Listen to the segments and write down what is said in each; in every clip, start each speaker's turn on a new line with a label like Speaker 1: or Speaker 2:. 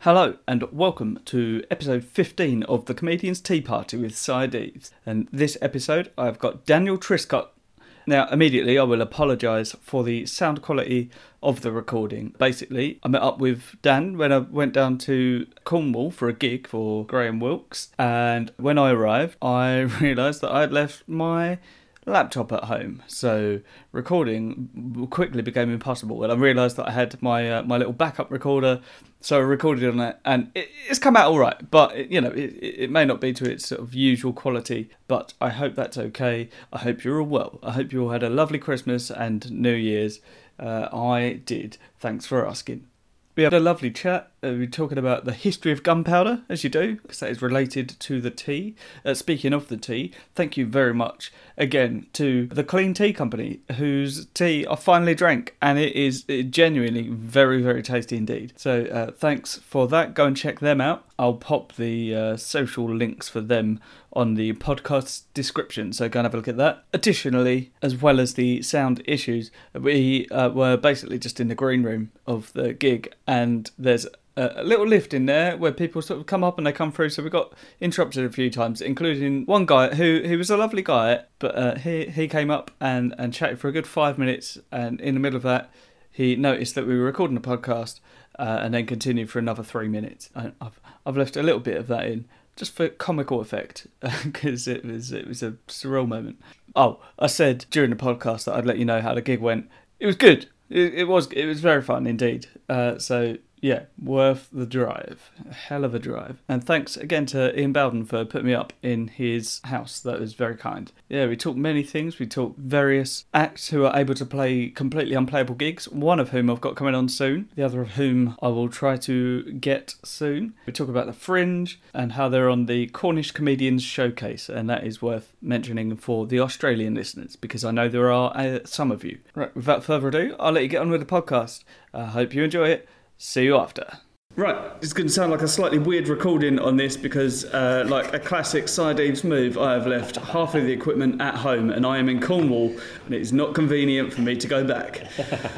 Speaker 1: Hello and welcome to episode 15 of the Comedian's Tea Party with Sides. And this episode I've got Daniel Triscott. Now, immediately I will apologise for the sound quality of the recording. Basically, I met up with Dan when I went down to Cornwall for a gig for Graham Wilkes. And when I arrived, I realised that I'd left my laptop at home, so recording quickly became impossible. And I realised that I had my uh, my little backup recorder, so I recorded on it, and it, it's come out all right. But it, you know, it, it it may not be to its sort of usual quality. But I hope that's okay. I hope you're all well. I hope you all had a lovely Christmas and New Year's. Uh, I did. Thanks for asking. We had a lovely chat. Uh, we were talking about the history of gunpowder, as you do, because that is related to the tea. Uh, speaking of the tea, thank you very much again to the Clean Tea Company, whose tea I finally drank, and it is uh, genuinely very, very tasty indeed. So uh, thanks for that. Go and check them out. I'll pop the uh, social links for them on the podcast description, so go and have a look at that. Additionally, as well as the sound issues, we uh, were basically just in the green room of the gig, and there's a a little lift in there where people sort of come up and they come through. So we got interrupted a few times, including one guy who he was a lovely guy, but uh, he he came up and and chatted for a good five minutes, and in the middle of that, he noticed that we were recording a podcast, uh, and then continued for another three minutes. And I've I've left a little bit of that in just for comical effect because it was it was a surreal moment. Oh, I said during the podcast that I'd let you know how the gig went. It was good. It, it was it was very fun indeed. Uh, so yeah, worth the drive. A hell of a drive. And thanks again to Ian Bowden for putting me up in his house. That was very kind. Yeah, we talked many things. We talked various acts who are able to play completely unplayable gigs, one of whom I've got coming on soon, the other of whom I will try to get soon. We talk about The Fringe and how they're on the Cornish Comedians Showcase, and that is worth mentioning for the Australian listeners because I know there are uh, some of you. Right, without further ado, I'll let you get on with the podcast. I hope you enjoy it. See you after. Right, it's going to sound like a slightly weird recording on this because, uh, like a classic side Eves move, I have left half of the equipment at home and I am in Cornwall and it is not convenient for me to go back.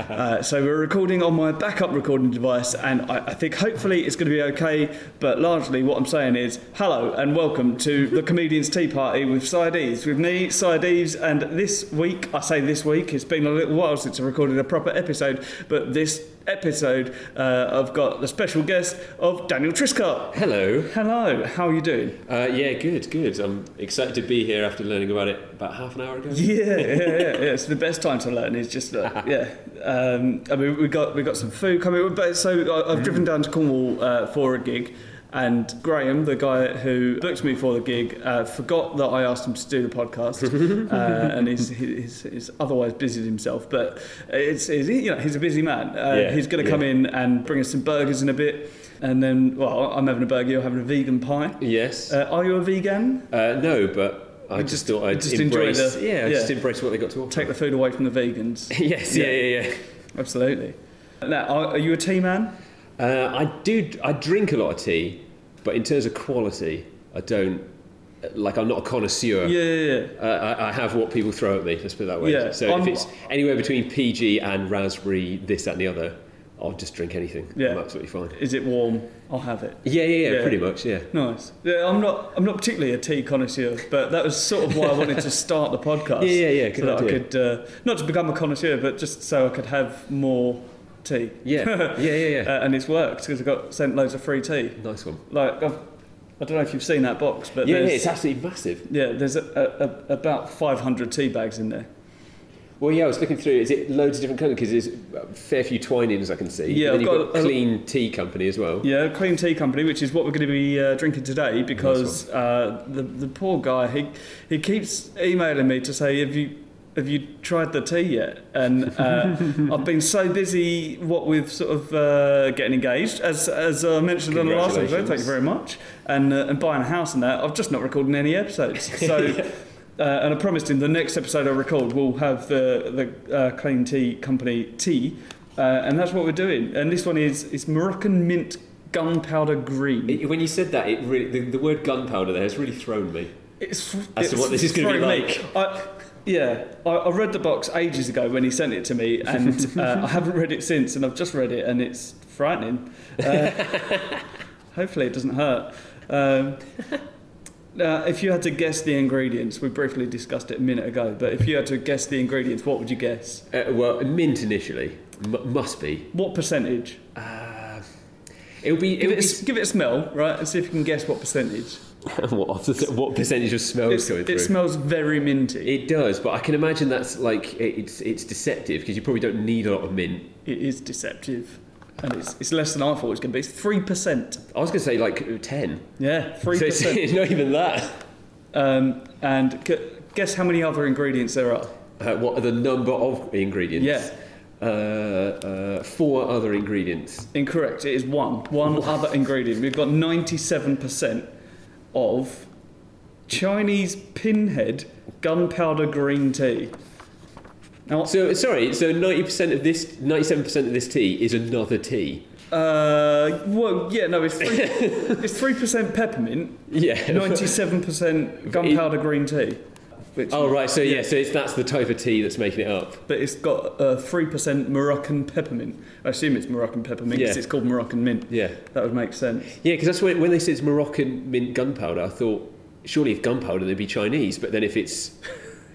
Speaker 1: Uh, so we're recording on my backup recording device and I, I think hopefully it's going to be okay, but largely what I'm saying is hello and welcome to the Comedians Tea Party with Side Eves, with me, Side Eves, and this week, I say this week, it's been a little while since I recorded a proper episode, but this episode, uh, I've got the special guest of Daniel Triscott.
Speaker 2: Hello.
Speaker 1: Hello, how are you doing?
Speaker 2: Uh, yeah, good, good. I'm excited to be here after learning about it about half an hour ago.
Speaker 1: Yeah, yeah, yeah, yeah. It's the best time to learn. Is just uh, yeah. Um, I mean, we got we got some food coming. But so I,
Speaker 2: Mm.
Speaker 1: I've driven down to Cornwall uh, for a gig. And Graham, the guy who booked me for the gig, uh, forgot that I asked him to do the podcast, uh, and he's, he's, he's otherwise busied himself. But it's, it's you know he's a busy man. Uh,
Speaker 2: Yeah,
Speaker 1: he's going to
Speaker 2: yeah.
Speaker 1: come in and bring us some burgers in a bit, and then well, I'm having a burger, you're having a vegan pie.
Speaker 2: Yes. Uh,
Speaker 1: Uh, are you a vegan?
Speaker 2: no, but I just, thought I'd
Speaker 1: just enjoy
Speaker 2: embrace.
Speaker 1: the-
Speaker 2: yeah, I just
Speaker 1: yeah.
Speaker 2: embrace what they got to offer.
Speaker 1: Take the food away from the vegans.
Speaker 2: yes. Yeah. Yeah. Yeah.
Speaker 1: Absolutely. Now, are, are you a tea man?
Speaker 2: Uh, I do. I drink a lot of tea, but in terms of quality, I don't. Like I'm not a connoisseur.
Speaker 1: Yeah, yeah, yeah.
Speaker 2: Uh, I, I have what people throw at me. Let's put it that way.
Speaker 1: Yeah,
Speaker 2: So
Speaker 1: I'm-
Speaker 2: if it's anywhere between PG and raspberry, this, that, and the other, I'll just drink anything.
Speaker 1: Yeah.
Speaker 2: I'm absolutely fine.
Speaker 1: Is it warm? I'll have it.
Speaker 2: Yeah, yeah, yeah,
Speaker 1: Yeah.
Speaker 2: pretty much, yeah.
Speaker 1: Nice. Yeah, I'm not. I'm not particularly a tea connoisseur, but that was sort of why I wanted to start the podcast.
Speaker 2: Yeah, yeah, yeah, good
Speaker 1: so that I
Speaker 2: idea.
Speaker 1: could uh, not to become a connoisseur, but just so I could have more tea.
Speaker 2: Yeah, yeah, yeah, yeah.
Speaker 1: Uh, and it's worked because I got sent loads of free tea.
Speaker 2: nice one.
Speaker 1: Like I've, I don't know if you've seen that box, but
Speaker 2: Yeah, yeah,
Speaker 1: there's,
Speaker 2: it's absolutely massive.
Speaker 1: yeah, there's a, a, a, about 500 tea bags in there.
Speaker 2: Well, yeah, I was looking through. Is it loads of different companies? Because there's a fair few twinings I can see.
Speaker 1: Yeah, I've
Speaker 2: and then you've
Speaker 1: got
Speaker 2: got,
Speaker 1: a-
Speaker 2: Clean Tea Company as well.
Speaker 1: Yeah, Clean Tea Company, which is what we're going to be uh, drinking today because uh, the, the poor guy, he, he keeps emailing me to say, Have you, have you tried the tea yet? And uh, I've been so busy, what with sort of uh, getting engaged, as, as I mentioned on the last episode, thank you
Speaker 2: Congratulations.
Speaker 1: very much, and, uh, and buying a house and that. I've just not recorded any episodes. So. Uh, and I promised him the next episode I record will have the the uh, Clean Tea Company tea, uh, and that's what we're doing. And this one is it's Moroccan mint gunpowder green.
Speaker 2: It- when you said that, it really the, the word gunpowder there has really thrown me.
Speaker 1: It's,
Speaker 2: As to what this is gonna be
Speaker 1: thrown me.
Speaker 2: like.
Speaker 1: I, yeah, I, I read the box ages ago when he sent it to me, and uh, I haven't read it since. And I've just read it, and it's frightening. Uh, Hopefully, it doesn't hurt. Um, now, if you had to guess the ingredients, we briefly discussed it a minute ago, but if you had to guess the ingredients, what would you guess?
Speaker 2: Uh, well, mint initially M- must be.
Speaker 1: What percentage?
Speaker 2: Uh, it'll be.
Speaker 1: Give
Speaker 2: It'll
Speaker 1: it, a, s- give it a smell, right, and see if you can guess what percentage.
Speaker 2: be what, of the- what percentage of smell
Speaker 1: It's-
Speaker 2: is coming
Speaker 1: it
Speaker 2: through?
Speaker 1: smells very minty.
Speaker 2: It does, but I can imagine that's like it- it's it's deceptive because you probably don't need a lot of mint.
Speaker 1: It is deceptive, and it's, it's less than I thought it was going to be. It's 3%.
Speaker 2: I was gonna say like ten.
Speaker 1: Yeah,
Speaker 2: So it's,
Speaker 1: 3%.
Speaker 2: it's not even that.
Speaker 1: Um, and gu guess how many other ingredients there are?
Speaker 2: Uh, what are the number of ingredients?
Speaker 1: Yeah.
Speaker 2: Uh, uh, four other ingredients.
Speaker 1: Incorrect. It is one. One other ingredient. We've got 97% of Chinese pinhead gunpowder green tea. Now,
Speaker 2: So sorry. So ninety percent of this, ninety-seven percent of this tea is another tea.
Speaker 1: uh, well, yeah, no, it's three, it's three percent peppermint,
Speaker 2: Yeah.
Speaker 1: ninety-seven percent gunpowder green tea, which,
Speaker 2: Oh right. So yeah. So it's that's the type of tea that's making it up.
Speaker 1: but it's got three percent Moroccan peppermint. I assume it's Moroccan peppermint because
Speaker 2: Yeah.
Speaker 1: it's called Moroccan mint.
Speaker 2: Yeah.
Speaker 1: That would make sense.
Speaker 2: Yeah, because that's when, when they said it's Moroccan mint gunpowder, I thought surely if gunpowder they'd be Chinese, but then if it's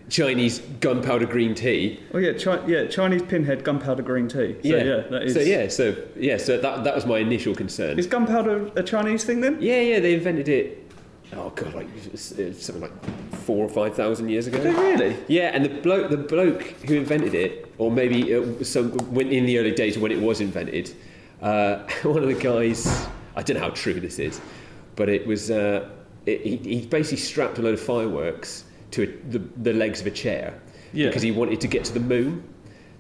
Speaker 2: Chinese gunpowder green tea,
Speaker 1: Oh yeah, chi- yeah, Chinese pinhead gunpowder green tea. So, yeah, that is.
Speaker 2: so yeah, so yeah, so that that was my initial concern.
Speaker 1: Is gunpowder a Chinese thing then?
Speaker 2: yeah, yeah, they invented it. Oh god, like it was, uh, something like four or five thousand years ago.
Speaker 1: really?
Speaker 2: Yeah, and the bloke, the bloke who invented it, or maybe uh, some when in the early days when it was invented, uh, one of the guys, I don't know how true this is, but it was uh, it, he, he basically strapped a load of fireworks to a, the, the legs of a chair
Speaker 1: Yeah.
Speaker 2: because he wanted to get to the moon.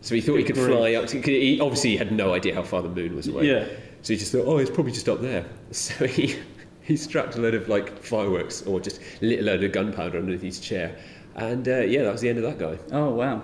Speaker 2: So he thought he could
Speaker 1: grief.
Speaker 2: fly up. To, 'cause he obviously had no idea how far the moon was away.
Speaker 1: Yeah.
Speaker 2: So he just thought, oh, it's probably just up there. So he, he strapped a load of like fireworks or just lit a load of gunpowder underneath his chair. And uh, yeah, that was the end of that guy.
Speaker 1: Oh wow,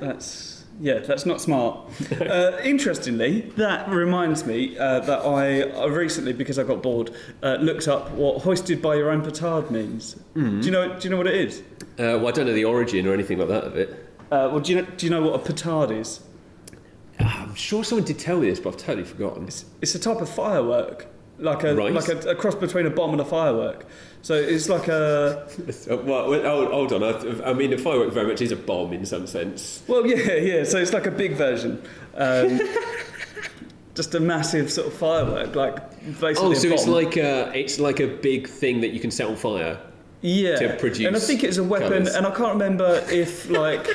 Speaker 1: that's yeah, that's not smart. Uh, interestingly, that reminds me uh, that I uh, recently, because I got bored, uh, looked up what "hoisted by your own petard" means. Do you know? Do you know what it is?
Speaker 2: Uh, well, I don't know the origin or anything like that of it.
Speaker 1: Uh, well, do you know? Do you know what a petard is?
Speaker 2: Ah, I'm sure someone did tell me this, but I've totally forgotten.
Speaker 1: It's, it's a type of firework, like a
Speaker 2: Right.
Speaker 1: like a, a cross between a bomb and a firework. So it's like a
Speaker 2: Uh, well, well, hold, hold on. I, I mean, a firework very much is a bomb in some sense.
Speaker 1: well, yeah, yeah. So it's like a big version. Um, Just a massive sort of firework, like basically.
Speaker 2: Oh,
Speaker 1: a
Speaker 2: so it's
Speaker 1: bomb.
Speaker 2: like a, it's like a big thing that you can set on fire.
Speaker 1: yeah.
Speaker 2: to produce
Speaker 1: And I think it's a weapon,
Speaker 2: colours.
Speaker 1: and I can't remember if like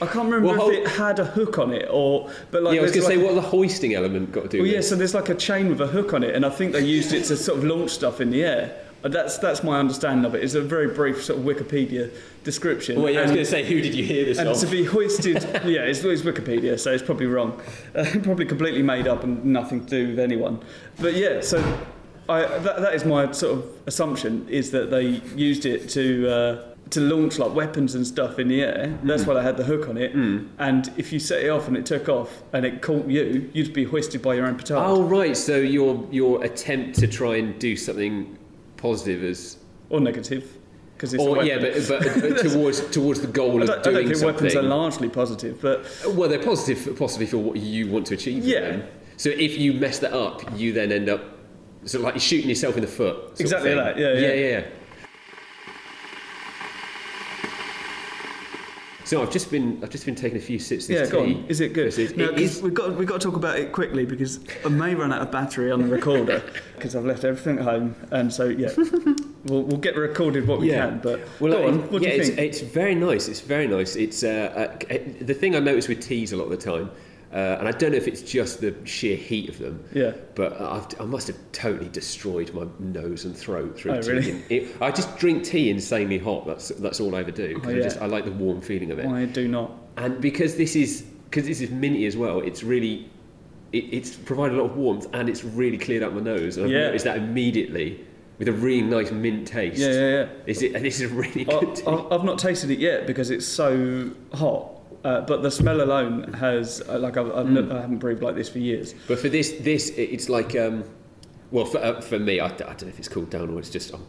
Speaker 1: I can't remember
Speaker 2: Well,
Speaker 1: if
Speaker 2: hold-
Speaker 1: it had a hook on it or but like
Speaker 2: yeah, I was
Speaker 1: there's
Speaker 2: going to
Speaker 1: like,
Speaker 2: say, what the hoisting element got to do
Speaker 1: well
Speaker 2: with
Speaker 1: Oh, yeah,
Speaker 2: it?
Speaker 1: so there's like a chain with a hook on it, and I think they used it to sort of launch stuff in the air. And That's that's my understanding of it. It's a very brief sort of Wikipedia description.
Speaker 2: Well, yeah, I was
Speaker 1: And-
Speaker 2: going to say, who did you hear this
Speaker 1: and
Speaker 2: off?
Speaker 1: to be hoisted, yeah, it's, it's Wikipedia, so it's probably wrong. Uh, probably completely made up and nothing to do with anyone. But yeah, so I, that, that is my sort of assumption is that they used it to uh, to launch like weapons and stuff in the air.
Speaker 2: Hmm.
Speaker 1: That's why they had the hook on it. And if you set it off and it took off and it caught you, you'd be hoisted by your own petard.
Speaker 2: Oh right, so your your attempt to try and do something positive is,
Speaker 1: Or negative. Because it's a
Speaker 2: or
Speaker 1: weapon.
Speaker 2: yeah, but, but, but towards towards the goal
Speaker 1: I
Speaker 2: of
Speaker 1: don't, I don't
Speaker 2: doing
Speaker 1: think
Speaker 2: something.
Speaker 1: weapons are largely positive, but
Speaker 2: well, they're positive possibly for what you want to achieve. with
Speaker 1: Yeah.
Speaker 2: them. So if you mess that up, you then end up sort of like shooting yourself in the foot. sort of
Speaker 1: Exactly
Speaker 2: thing.
Speaker 1: that, yeah, yeah.
Speaker 2: yeah, yeah. So I've just been I've just been taking a few sips of
Speaker 1: Yeah,
Speaker 2: this
Speaker 1: go
Speaker 2: tea.
Speaker 1: on. Is it good?
Speaker 2: This is-
Speaker 1: No,
Speaker 2: it
Speaker 1: 'cause
Speaker 2: is-
Speaker 1: We've got we've got to talk about it quickly because I may run out of battery on the recorder because I've left everything at home, and so yeah, we'll we'll get recorded what we
Speaker 2: Yeah.
Speaker 1: can. But
Speaker 2: Well,
Speaker 1: go
Speaker 2: uh,
Speaker 1: on. What
Speaker 2: yeah,
Speaker 1: do you
Speaker 2: it's,
Speaker 1: think?
Speaker 2: it's very nice. It's very nice. It's uh, uh, the thing I notice with teas a lot of the time, uh, and I don't know if it's just the sheer heat of them.
Speaker 1: Yeah.
Speaker 2: But I've, I must have totally destroyed my nose and throat through
Speaker 1: Oh,
Speaker 2: tea.
Speaker 1: really?
Speaker 2: And It, I just drink tea insanely hot. That's that's all I ever do. 'cause
Speaker 1: Oh,
Speaker 2: I
Speaker 1: yeah.
Speaker 2: just I like the warm feeling of it.
Speaker 1: I do not.
Speaker 2: And because this is because this is minty as well, it's really it, it's provided a lot of warmth and it's really cleared up my nose. And I've
Speaker 1: Yeah.
Speaker 2: noticed that immediately with a really nice mint taste.
Speaker 1: Yeah, Oh, yeah, yeah.
Speaker 2: Is it? This is a really
Speaker 1: I,
Speaker 2: good. tea.
Speaker 1: I- I've not tasted it yet because it's so hot. Uh, but the smell alone has uh, like I've, I've
Speaker 2: Mm.
Speaker 1: no- I haven't breathed like this for years.
Speaker 2: But for this, this it- it's like, um, well, for, uh, for me, I, d- I don't know if it's cooled down or it's just, um,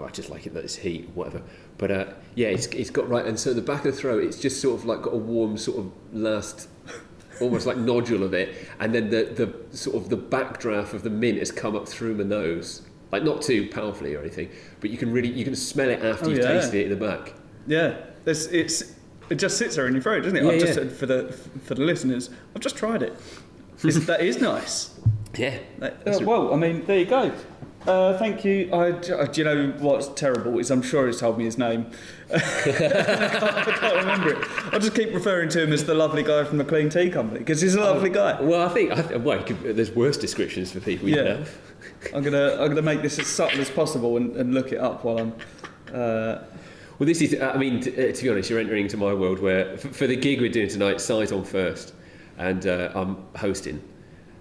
Speaker 2: I just like it that it's heat or whatever. But uh, yeah, it's, it's got right, and so the back of the throat, it's just sort of like got a warm sort of last almost like nodule of it, and then the, the sort of the backdraft of the mint has come up through my nose, like not too powerfully or anything, but you can really you can smell it after
Speaker 1: Oh,
Speaker 2: you've
Speaker 1: yeah.
Speaker 2: tasted it in the back.
Speaker 1: Yeah, it's, it's it just sits there in your throat, doesn't it?
Speaker 2: Yeah,
Speaker 1: I've just
Speaker 2: yeah.
Speaker 1: said for the for the listeners, I've just tried it. It's, that is nice.
Speaker 2: Yeah,
Speaker 1: That-
Speaker 2: That's
Speaker 1: uh,
Speaker 2: a-
Speaker 1: well, I mean, there you go. Uh, thank you. I, I- do you know what's terrible is I'm sure he's told me his name. I, can't, I can't remember it. I just keep referring to him as the lovely guy from the Clean Tea Company because he's a lovely guy.
Speaker 2: Well, I think I, th- well, you could, there's worse descriptions for people.
Speaker 1: Yeah.
Speaker 2: You know?
Speaker 1: I'm gonna I'm gonna make this as subtle as possible and, and look it up while I'm. Uh,
Speaker 2: Well, this is, I mean, t- uh, to be honest, you're entering into my world where, f- for the gig we're doing tonight, Sight on first, and uh, I'm hosting,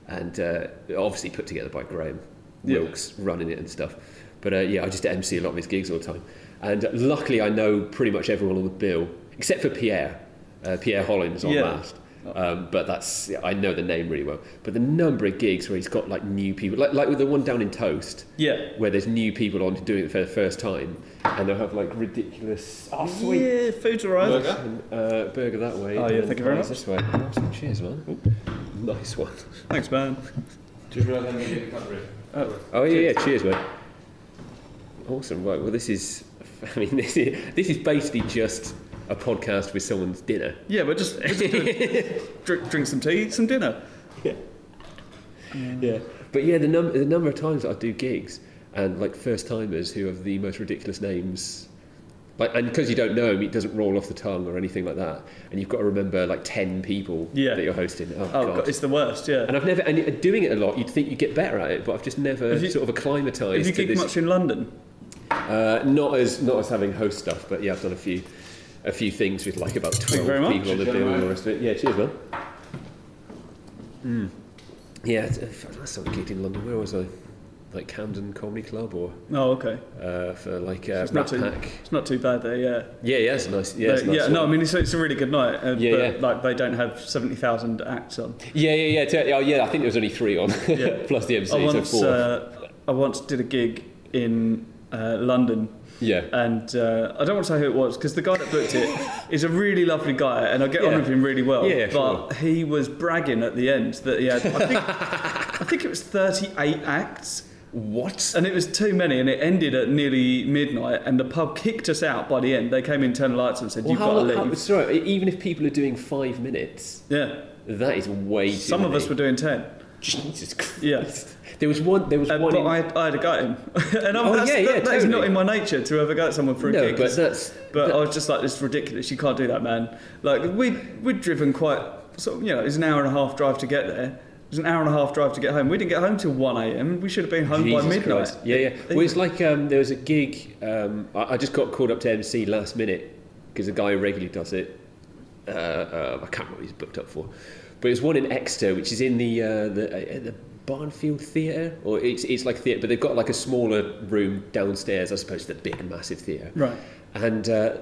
Speaker 2: and uh, obviously put together by Graham
Speaker 1: Yeah.
Speaker 2: Wilkes running it and stuff. But uh, yeah, I just MC a lot of his gigs all the time. And uh, luckily, I know pretty much everyone on the bill, except for Pierre. Uh, Pierre Holland's on
Speaker 1: Yeah.
Speaker 2: last. Um, but that's, I know the name really well. But the number of gigs where he's got like new people, like, like the one down in Toast
Speaker 1: yeah.
Speaker 2: where there's new people on doing it for the first time, and they'll have like ridiculous oh, sweet
Speaker 1: Yeah, food's arrived.
Speaker 2: burger, and, uh, burger that way.
Speaker 1: Oh, yeah,
Speaker 2: and
Speaker 1: thank you very
Speaker 2: fries
Speaker 1: much.
Speaker 2: This way. Awesome, Cheers, man. Ooh, Nice one.
Speaker 1: Thanks, man.
Speaker 3: Just realised I need a cutlery.
Speaker 2: Oh yeah, yeah. Cheers, man. Awesome. Right. Well, this is. I mean, this is this is basically just a podcast with someone's dinner.
Speaker 1: Yeah, we're just, we're just doing- drink, drink some tea, eat some dinner.
Speaker 2: Yeah. But yeah, the number the number of times that I do gigs and like first timers who have the most ridiculous names. Like, and because you don't know him, it doesn't roll off the tongue or anything like that. And you've got to remember like ten people
Speaker 1: Yeah.
Speaker 2: that you're hosting. Oh,
Speaker 1: Oh,
Speaker 2: god.
Speaker 1: God, it's the worst. Yeah.
Speaker 2: and I've never and doing it a lot. You'd think you'd get better at it, but I've just never
Speaker 1: Have you-
Speaker 2: sort of
Speaker 1: Have
Speaker 2: acclimatized
Speaker 1: you
Speaker 2: to
Speaker 1: gigged
Speaker 2: this.
Speaker 1: much in London?
Speaker 2: Uh, not as not as having host stuff, but yeah, I've done a few a few things with like about
Speaker 1: you
Speaker 2: twelve
Speaker 1: very much.
Speaker 2: people on the
Speaker 3: Cheers,
Speaker 2: bill and all the
Speaker 3: gentlemen.
Speaker 2: rest of it. Yeah, cheers, man. Mm.
Speaker 1: Hmm.
Speaker 2: Yeah, it's- uh, last time I gigged in London, where was I? Like Camden Comedy Club or
Speaker 1: Oh, okay.
Speaker 2: uh, for like uh,
Speaker 1: It's not
Speaker 2: Rat
Speaker 1: too-
Speaker 2: Pack.
Speaker 1: It's not too bad there, yeah.
Speaker 2: Yeah, yeah, it's a nice. Yeah,
Speaker 1: But,
Speaker 2: it's a nice
Speaker 1: yeah,
Speaker 2: one.
Speaker 1: no, I mean it's, it's a really good night, uh,
Speaker 2: Yeah,
Speaker 1: but
Speaker 2: yeah.
Speaker 1: like they don't have seventy thousand acts on.
Speaker 2: yeah, yeah, yeah. t- oh, yeah, I think there was only three on
Speaker 1: Yeah.
Speaker 2: plus the MC,
Speaker 1: I
Speaker 2: so
Speaker 1: once,
Speaker 2: oh four.
Speaker 1: uh, I once did a gig in uh, London,
Speaker 2: yeah.
Speaker 1: and uh, I don't want to say who it was because the guy that booked it is a really lovely guy, and I get on
Speaker 2: Yeah.
Speaker 1: with him really well.
Speaker 2: Yeah, yeah,
Speaker 1: but he was bragging at the end that he had. I think, I think it was thirty-eight acts.
Speaker 2: What?
Speaker 1: And it was too many, and it ended at nearly midnight. And the pub kicked us out by the end. They came in, turned the lights, on and said,
Speaker 2: Well,
Speaker 1: "You've
Speaker 2: how,
Speaker 1: got to
Speaker 2: how,
Speaker 1: leave."
Speaker 2: sorry, even if people are doing five minutes,
Speaker 1: yeah,
Speaker 2: that is way too
Speaker 1: some of
Speaker 2: many.
Speaker 1: us were doing ten.
Speaker 2: Jesus Christ.
Speaker 1: Yeah.
Speaker 2: There was one. There was
Speaker 1: Uh,
Speaker 2: one.
Speaker 1: but
Speaker 2: in-
Speaker 1: I, I had a go at him, and I'm,
Speaker 2: Oh,
Speaker 1: that's,
Speaker 2: yeah, yeah,
Speaker 1: that, that is not
Speaker 2: totally.
Speaker 1: in my nature to ever go at someone for a
Speaker 2: no,
Speaker 1: gig.
Speaker 2: but that's.
Speaker 1: But I was just like, "This is ridiculous. You can't do that, man." Like we we'd driven quite, sort of, you know, it's an hour and a half drive to get there. It was an hour and a half drive to get home. We didn't get home till one a.m. We should have been home by midnight.
Speaker 2: Christ. Yeah, yeah.
Speaker 1: They-
Speaker 2: Well, it's like um, there was a gig. Um, I, I just got called up to MC last minute because a guy who regularly does it. Uh, uh, I can't remember what he's booked up for, but it's one in Exeter, which is in the uh, the, uh, the Barnfield Theatre, or it's it's like theatre, but they've got like a smaller room downstairs, I suppose, the big massive theatre.
Speaker 1: Right.
Speaker 2: And uh,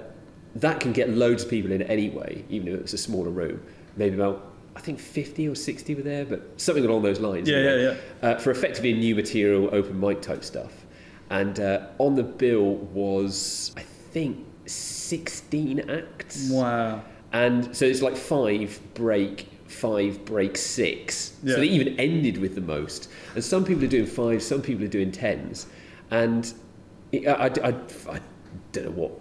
Speaker 2: that can get loads of people in anyway, even if it was a smaller room. Maybe about, I think 50 or 60 were there, but something along those lines.
Speaker 1: Yeah,
Speaker 2: anyway.
Speaker 1: yeah,
Speaker 2: Uh, for effectively new material, open mic type stuff. And uh, on the bill was, I think, 16 acts.
Speaker 1: Wow.
Speaker 2: And so it's like five break, five break six.
Speaker 1: Yeah.
Speaker 2: So they even ended with the most. And some people are doing five, some people are doing tens. And it, I, I- I- I don't know what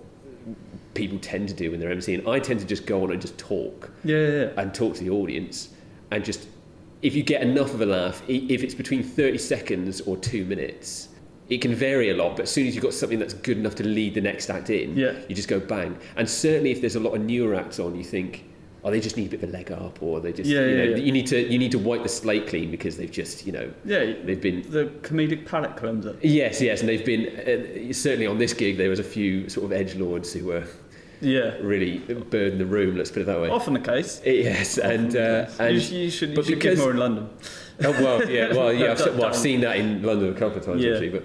Speaker 2: people tend to do when they're emceeing. I tend to just go on and just talk
Speaker 1: Yeah, yeah, yeah.
Speaker 2: and talk to the audience and just if you get enough of a laugh i- if it's between 30 seconds or two minutes it can vary a lot but as soon as you've got something that's good enough to lead the next act in
Speaker 1: Yeah.
Speaker 2: you just go bang and certainly if there's a lot of newer acts on you think oh they just need a bit of a leg up or they just
Speaker 1: Yeah,
Speaker 2: you
Speaker 1: yeah,
Speaker 2: know
Speaker 1: yeah.
Speaker 2: you need to you need to wipe the slate clean because they've just you know
Speaker 1: Yeah,
Speaker 2: they've been
Speaker 1: the comedic palate cleanser.
Speaker 2: yes yes and they've been uh, certainly on this gig there was a few sort of edge lords who were
Speaker 1: Yeah,
Speaker 2: really burning the room let's put it that way
Speaker 1: often the case.
Speaker 2: yes and uh,
Speaker 1: Oh. you,
Speaker 2: and
Speaker 1: sh- you should, you
Speaker 2: but
Speaker 1: should
Speaker 2: because-
Speaker 1: give more in London.
Speaker 2: Oh, well, yeah, well, yeah. I've, se- well, I've
Speaker 1: Done.
Speaker 2: seen that in London a couple of times
Speaker 1: Yeah.
Speaker 2: actually, but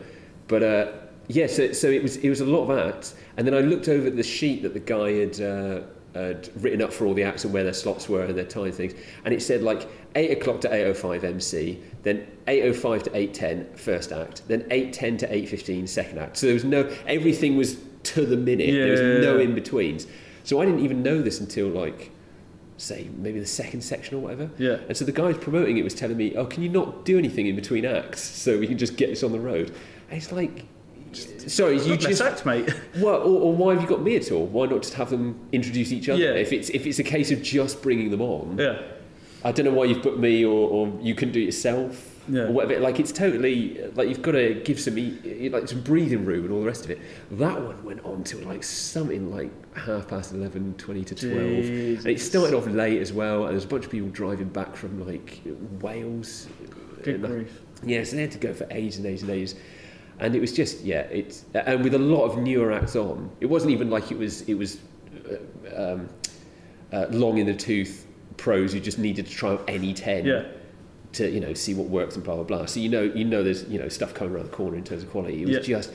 Speaker 2: but uh, yeah. So, so it was it was a lot of acts, and then I looked over at the sheet that the guy had. Uh, had written up for all the acts and where their slots were and their time things, and it said like eight o'clock to eight o five MC, then eight o five to eight ten first act, then eight ten to eight fifteen second act. So there was no everything was to the minute. there was
Speaker 1: Yeah.
Speaker 2: no in betweens. So I didn't even know this until like say maybe the second section or whatever.
Speaker 1: Yeah.
Speaker 2: And so the guy promoting it was telling me, "Oh, can you not do anything in between acts so we can just get this on the road?" And it's like, sorry, you
Speaker 1: Not
Speaker 2: just
Speaker 1: exact, mate.
Speaker 2: well, or, or why have you got me at all? Why not just have them introduce each other?
Speaker 1: Yeah.
Speaker 2: If it's if it's a case of just bringing them on,
Speaker 1: yeah.
Speaker 2: I don't know why you've put me or, or you can do it yourself
Speaker 1: Yeah.
Speaker 2: or whatever. Like it's totally like you've got to give some e- like some breathing room and all the rest of it. That one went on till like something like half past 11, 20 to twelve. And it
Speaker 1: Jesus.
Speaker 2: started off late as well, and there's a bunch of people driving back from like Wales.
Speaker 1: Good
Speaker 2: And I-
Speaker 1: grief.
Speaker 2: yeah, so they had to go for ages and ages and ages. And it was just, yeah, it's, and with a lot of newer acts on, it wasn't even like it was, it was uh, um, uh, long in the tooth pros who just needed to try out any 10
Speaker 1: Yeah.
Speaker 2: to, you know, see what works and blah, blah, blah. So you know, you know there's, you know, stuff coming around the corner in terms of quality. It was
Speaker 1: Yeah.
Speaker 2: just,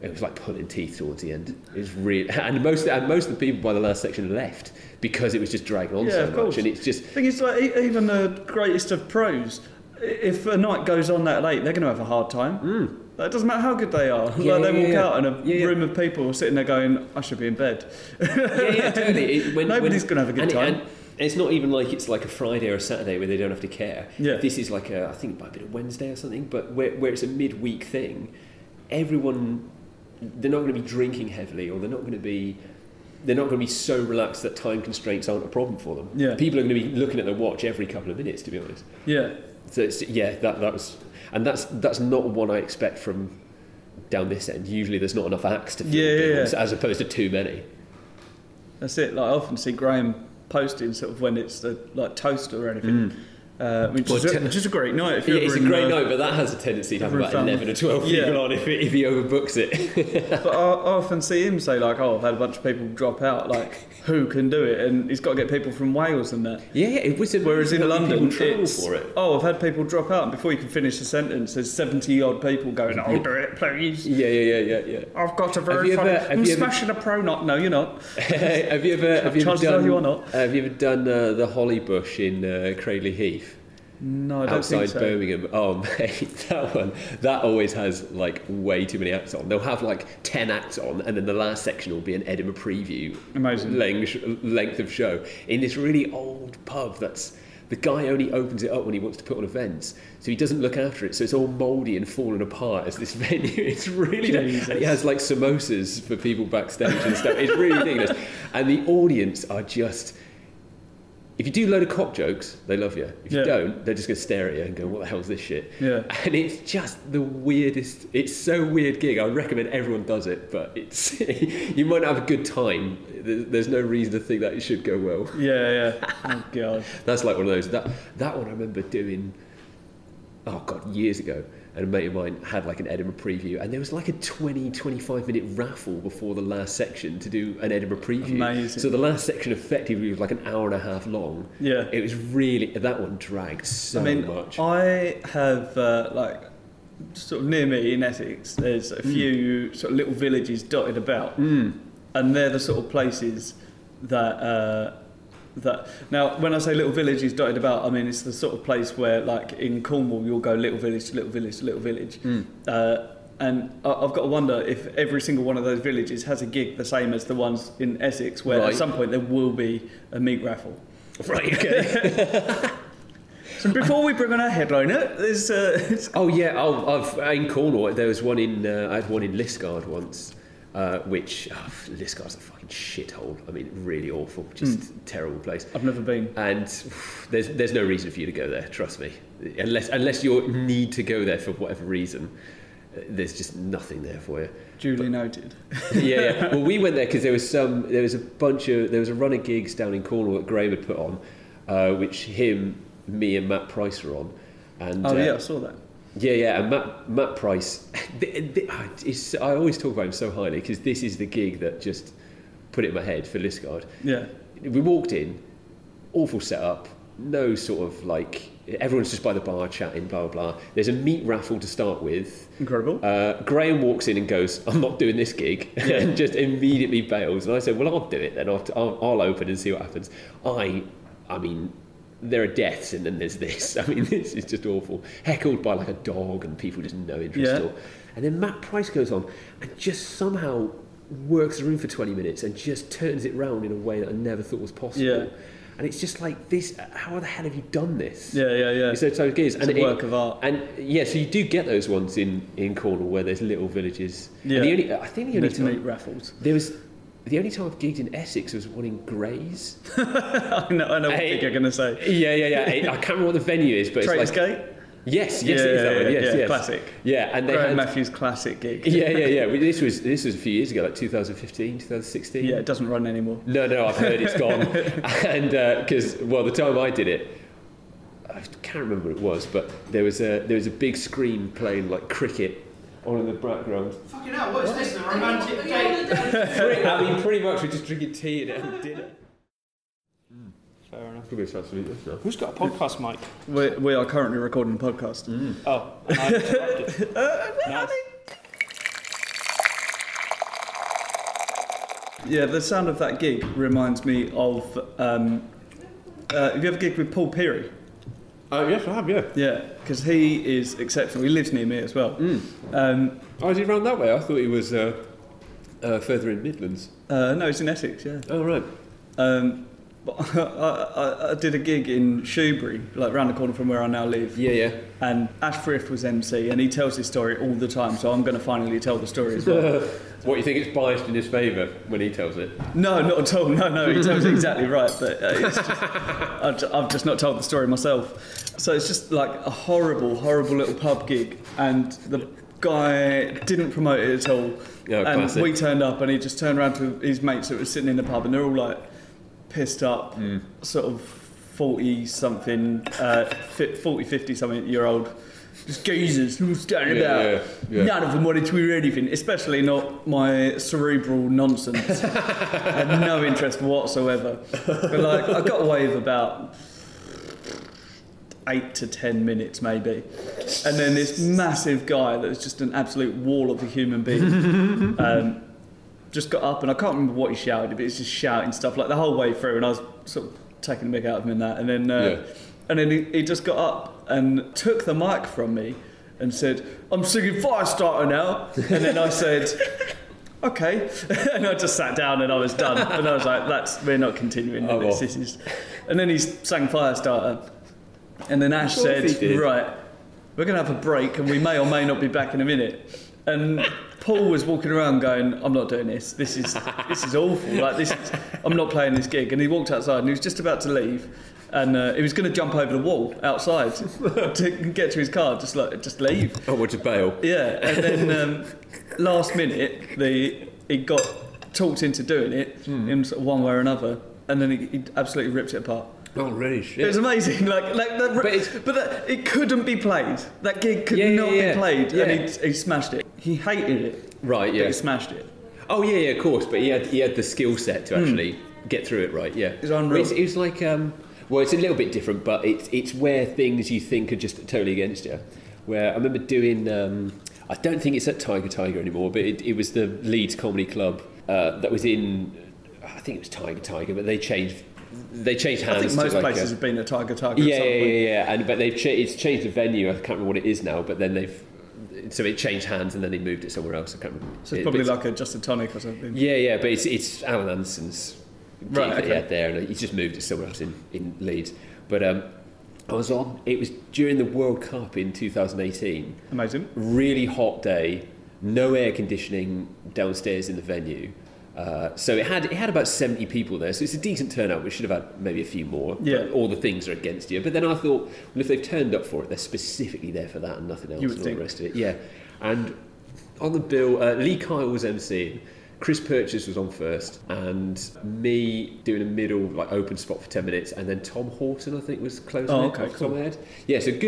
Speaker 2: it was like pulling teeth towards the end. It was really, and most, and most of the people by the last section left because it was just dragging on
Speaker 1: Yeah,
Speaker 2: so
Speaker 1: of
Speaker 2: much.
Speaker 1: course.
Speaker 2: And it's just,
Speaker 1: thing is, like e- even the greatest of pros, i- if a night goes on that late, they're going to have a hard time.
Speaker 2: hmm,
Speaker 1: Like, it doesn't matter how good they are.
Speaker 2: Yeah,
Speaker 1: like, they
Speaker 2: yeah,
Speaker 1: walk
Speaker 2: yeah.
Speaker 1: out and a
Speaker 2: Yeah, yeah.
Speaker 1: room of people sitting there going, "I should be in bed."
Speaker 2: yeah, yeah, totally. It- when-
Speaker 1: Nobody's
Speaker 2: when-
Speaker 1: gonna have a good
Speaker 2: and-
Speaker 1: time.
Speaker 2: And, it's not even like it's like a Friday or a Saturday where they don't have to care.
Speaker 1: Yeah.
Speaker 2: This is like a, I think it might be a Wednesday or something, but where, where it's a midweek thing, everyone, they're not going to be drinking heavily or they're not going to be, they're not going to be so relaxed that time constraints aren't a problem for them.
Speaker 1: Yeah.
Speaker 2: People are going to be looking at their watch every couple of minutes, to be honest.
Speaker 1: yeah,
Speaker 2: So it's, yeah, that, that was, and that's that's not what I expect from down this end. Usually there's not enough acts to fill
Speaker 1: Yeah, yeah,
Speaker 2: bills,
Speaker 1: yeah.
Speaker 2: as opposed to too many.
Speaker 1: that's it. Like I often see Graham posting sort of when it's the like toast or anything, uh, which,
Speaker 2: Mm. Well,
Speaker 1: is a,
Speaker 2: ten-
Speaker 1: which is a great night. If
Speaker 2: Yeah,
Speaker 1: you're
Speaker 2: it's a
Speaker 1: in,
Speaker 2: great
Speaker 1: uh,
Speaker 2: note, but that has a tendency to have
Speaker 1: Every
Speaker 2: about
Speaker 1: family-
Speaker 2: 11 or 12
Speaker 1: Yeah.
Speaker 2: people on if, he- if he overbooks it.
Speaker 1: But I, I often see him say like, "Oh, I've had a bunch of people drop out. Like, who can do it?" And he's got to get people from Wales and that.
Speaker 2: yeah, it was a
Speaker 1: Whereas in London,
Speaker 2: travel
Speaker 1: it's,
Speaker 2: for it.
Speaker 1: oh, I've had people drop out, and before you can finish the sentence, there's 70 odd people going, I'll do it, please.
Speaker 2: Yeah, yeah, yeah, yeah,
Speaker 1: I've got a
Speaker 2: Have
Speaker 1: very
Speaker 2: you
Speaker 1: funny.
Speaker 2: ever- have
Speaker 1: I'm
Speaker 2: you ever-
Speaker 1: smashing a pro knot. No, you're not.
Speaker 2: yeah. have you ever, have you ever
Speaker 1: Chances are
Speaker 2: done,
Speaker 1: you are not.
Speaker 2: have you ever done uh, the Holly Bush in uh, Cradley Heath
Speaker 1: No, I don't
Speaker 2: outside
Speaker 1: think so.
Speaker 2: Birmingham? Oh, mate, that one, that always has like way too many acts on. They'll have like 10 acts on, and then the last section will be an Edinburgh preview
Speaker 1: Amazing.
Speaker 2: length, length of show in this really old pub that's the guy only opens it up when he wants to put on events so he doesn't look after it so it's all mouldy and fallen apart as this venue it's really
Speaker 1: Jesus.
Speaker 2: and it has like samosas for people backstage and stuff it's really ridiculous and the audience are just if you do a load of cock jokes they love you if
Speaker 1: Yeah.
Speaker 2: you don't they're just going to stare at you and go what the hell's this shit
Speaker 1: Yeah.
Speaker 2: and it's just the weirdest. It's so weird gig. I recommend everyone does it, but it's you might not have a good time. There- There's no reason to think that it should go well.
Speaker 1: Yeah, yeah. Oh, God.
Speaker 2: That's like one of those. That that one I remember doing. Oh god, years ago, and a mate of mine had like an Edinburgh preview, and there was like a 20, 25 minute raffle before the last section to do an Edinburgh preview.
Speaker 1: Amazing.
Speaker 2: So the last section effectively was like an hour and a half long.
Speaker 1: Yeah.
Speaker 2: It was really that one dragged so
Speaker 1: I mean,
Speaker 2: much.
Speaker 1: I have, uh, like, sort of near me in Essex, there's
Speaker 2: Hmm.
Speaker 1: a few sort of little villages dotted about. And they're the sort of places that. Uh, that now, when I say little villages dotted about, I mean it's the sort of place where, like in Cornwall, you'll go little village to little village to little village. Uh, and I- I've got to wonder if every single one of those villages has a gig the same as the ones in Essex, where at
Speaker 2: Right.
Speaker 1: some point there will be a meat raffle.
Speaker 2: right. Okay.
Speaker 1: So before we bring on our headliner, there's uh,
Speaker 2: Oh yeah, oh, I've in Cornwall. There was one in uh, I had one in Liscard once, uh, which oh, Liscard's a fucking shithole. I mean, really awful, just terrible place.
Speaker 1: I've never been.
Speaker 2: And phew, there's there's no reason for you to go there. Trust me, unless unless you need to go there for whatever reason. uh, There's just nothing there for you.
Speaker 1: Duly noted.
Speaker 2: yeah, yeah. Well, we went there because there was some, there was a bunch of, there was a run of gigs down in Cornwall that Graham had put on, uh, which him, me, and Matt Price were on. And
Speaker 1: Oh
Speaker 2: uh,
Speaker 1: yeah, I saw that.
Speaker 2: yeah, yeah, and Matt, Matt Price, th th it's, I always talk about him so highly because this is the gig that just put it in my head for Liscard.
Speaker 1: Yeah,
Speaker 2: We walked in, awful setup, no sort of like, everyone's just by the bar chatting, blah, blah, blah. There's a meat raffle to start with.
Speaker 1: incredible.
Speaker 2: Uh, Graham walks in and goes, I'm not doing this gig, and just immediately bails. And I said, Well, I'll do it then. I'll, I'll, I'll open and see what happens. I, I mean, there are deaths, and then there's this. I mean, this is just awful. Heckled by like a dog, and people just no interest
Speaker 1: Yeah.
Speaker 2: at all. And then Matt Price goes on and just somehow works the room for 20 minutes and just turns it round in a way that I never thought was possible.
Speaker 1: Yeah.
Speaker 2: And it's just like this. How the hell have you done this?
Speaker 1: Yeah, yeah, yeah.
Speaker 2: It's those type of gears.
Speaker 1: It's a work of art.
Speaker 2: And yeah, so you do get those ones in in Cornwall where there's little villages. And
Speaker 1: Yeah.
Speaker 2: the only I think the only
Speaker 1: Mid meat
Speaker 2: time
Speaker 1: raffles.
Speaker 2: there was the only time I've gigged in Essex was one in Grays.
Speaker 1: I know, I know what
Speaker 2: Hey.
Speaker 1: you're going to say.
Speaker 2: yeah, yeah, yeah. I can't remember what the venue is, but
Speaker 1: Traitor's
Speaker 2: it's like
Speaker 1: Gate?
Speaker 2: yes, yes, it
Speaker 1: Yeah,
Speaker 2: is that
Speaker 1: yeah,
Speaker 2: one.
Speaker 1: yeah,
Speaker 2: Yes,
Speaker 1: yeah,
Speaker 2: yes.
Speaker 1: classic.
Speaker 2: Yeah, and they
Speaker 1: Graham
Speaker 2: had,
Speaker 1: Matthews classic gig.
Speaker 2: yeah, yeah, yeah. Well, This was this was a few years ago, like 2015, 2016.
Speaker 1: Yeah, it doesn't run anymore.
Speaker 2: No, no, I've heard it's gone. and because, well, the time I did it, I can't remember what it was, but there was a there was a big screen playing like cricket on in the background.
Speaker 3: Fucking hell, what is this? The romantic date?
Speaker 2: I mean, pretty much we're just drinking tea and having dinner.
Speaker 4: Fair enough.
Speaker 2: Probably a chance to eat this now.
Speaker 4: Who's got a podcast mic?
Speaker 1: We, we are currently recording a podcast.
Speaker 2: Mm.
Speaker 4: Oh, and I interrupted. Nice.
Speaker 1: Yeah, the sound of that gig reminds me of. Um, uh, have you ever gigged with Paul Peary?
Speaker 2: Uh,
Speaker 4: Oh, yes, I have, yeah.
Speaker 1: Yeah, because he is exceptional. He lives near me as well.
Speaker 2: Mm.
Speaker 1: Um,
Speaker 2: Oh, is he round that way? I thought he was uh, uh, further in Midlands.
Speaker 1: uh, no, he's in Essex, yeah.
Speaker 2: Oh, right.
Speaker 1: Um, but I, I, I did a gig in Shoebury, like round the corner from where I now live,
Speaker 2: Yeah, yeah.
Speaker 1: and Ash Frith was MC, and he tells his story all the time, so I'm going to finally tell the story as well.
Speaker 2: What, you think it's biased in his favour when he tells it?
Speaker 1: no, not at all. No, no, he tells it exactly right, but uh, it's just, I've, ju- I've just not told the story myself. So it's just like a horrible, horrible little pub gig, and the guy didn't promote it at all.
Speaker 2: Yeah,
Speaker 1: and
Speaker 2: classic.
Speaker 1: we turned up, and he just turned around to his mates that were sitting in the pub, and they're all like pissed up,
Speaker 2: Mm.
Speaker 1: sort of 40 something, uh, fi- 40, 50 something year old. Just geezers who was down
Speaker 2: Yeah,
Speaker 1: about.
Speaker 2: yeah, yeah.
Speaker 1: None of them wanted to hear anything, especially not my cerebral nonsense had no interest whatsoever. But like, I got away with about eight to ten minutes, maybe. And then this massive guy that was just an absolute wall of a human being um, just got up, and I can't remember what he shouted, but he's just shouting stuff like the whole way through, and I was sort of taking the mick out of him in that. And then, uh,
Speaker 2: Yeah.
Speaker 1: and then he, he just got up and took the mic from me. And said, "I'm singing Firestarter now," and then I said, okay. and I just sat down and I was done. and I was like, that's we're not continuing
Speaker 2: Oh,
Speaker 1: with this.
Speaker 2: well.
Speaker 1: this is... And then he sang Firestarter. And then Ash
Speaker 2: Of
Speaker 1: said,
Speaker 2: course he did.
Speaker 1: right, we're going to have a break and we may or may not be back in a minute. And Paul was walking around going, I'm not doing this. This is this is awful. Like this, is, I'm not playing this gig. And he walked outside and he was just about to leave, and uh, he was going to jump over the wall outside to get to his car. Just like just leave.
Speaker 2: Oh, what, to bail?
Speaker 1: Yeah, and then um, last minute, the it got talked into doing it
Speaker 2: Hmm.
Speaker 1: in sort of one way or another, and then he, he absolutely ripped it apart.
Speaker 2: Oh, really?
Speaker 1: It was amazing. Like, like that,
Speaker 2: But
Speaker 1: but,
Speaker 2: it's-
Speaker 1: that, it couldn't be played. That gig could
Speaker 2: Yeah, yeah,
Speaker 1: not
Speaker 2: yeah.
Speaker 1: be played,
Speaker 2: Yeah.
Speaker 1: and he, he smashed it. He hated it,
Speaker 2: Right,
Speaker 1: but
Speaker 2: yeah.
Speaker 1: he smashed it.
Speaker 2: Oh yeah, yeah, of course. But he had he had the skill set to actually get through it right. Yeah,
Speaker 1: Hmm. It's unreal.
Speaker 2: It's, it was like um, well, it's a little bit different, but it's it's where things you think are just totally against you. Where I remember doing, um, I don't think it's at Tiger Tiger anymore, but it, it was the Leeds Comedy Club uh, that was in, I think it was Tiger Tiger, but they changed they changed hands.
Speaker 1: I think
Speaker 2: to
Speaker 1: most
Speaker 2: like a-
Speaker 1: places have been a tiger tiger.
Speaker 2: yeah,
Speaker 1: at
Speaker 2: yeah,
Speaker 1: some
Speaker 2: yeah,
Speaker 1: point.
Speaker 2: yeah. And but they've cha- it's changed the venue. I can't remember what it is now, but then they've so it changed hands and then they moved it somewhere else. I can't remember.
Speaker 1: So
Speaker 2: It-
Speaker 1: it's probably
Speaker 2: but-
Speaker 1: like a just a tonic or something.
Speaker 2: yeah, yeah, but it's it's Alan Anson's gig
Speaker 1: Right,
Speaker 2: that he
Speaker 1: okay.
Speaker 2: had there, and he's just moved it somewhere else in, in Leeds. But um, I was on. It was during the World Cup in 2018.
Speaker 1: Amazing.
Speaker 2: Really hot day, no air conditioning downstairs in the venue. Uh, so it had it had about 70 people there, so it's a decent turnout. We should have had maybe a few more. but
Speaker 1: Yeah.
Speaker 2: All the things are against you. But then I thought, well, if they've turned up for it, they're specifically there for that and nothing else
Speaker 1: You would
Speaker 2: and all
Speaker 1: think.
Speaker 2: the rest of it. Yeah. And on the bill, uh, Lee Kyle was MC. Chris Purchase was on first, and me doing a middle like open spot for ten minutes, and then Tom Horton I think was closing
Speaker 1: Oh,
Speaker 2: it
Speaker 1: okay,
Speaker 2: off the top of my head. Yeah, so good.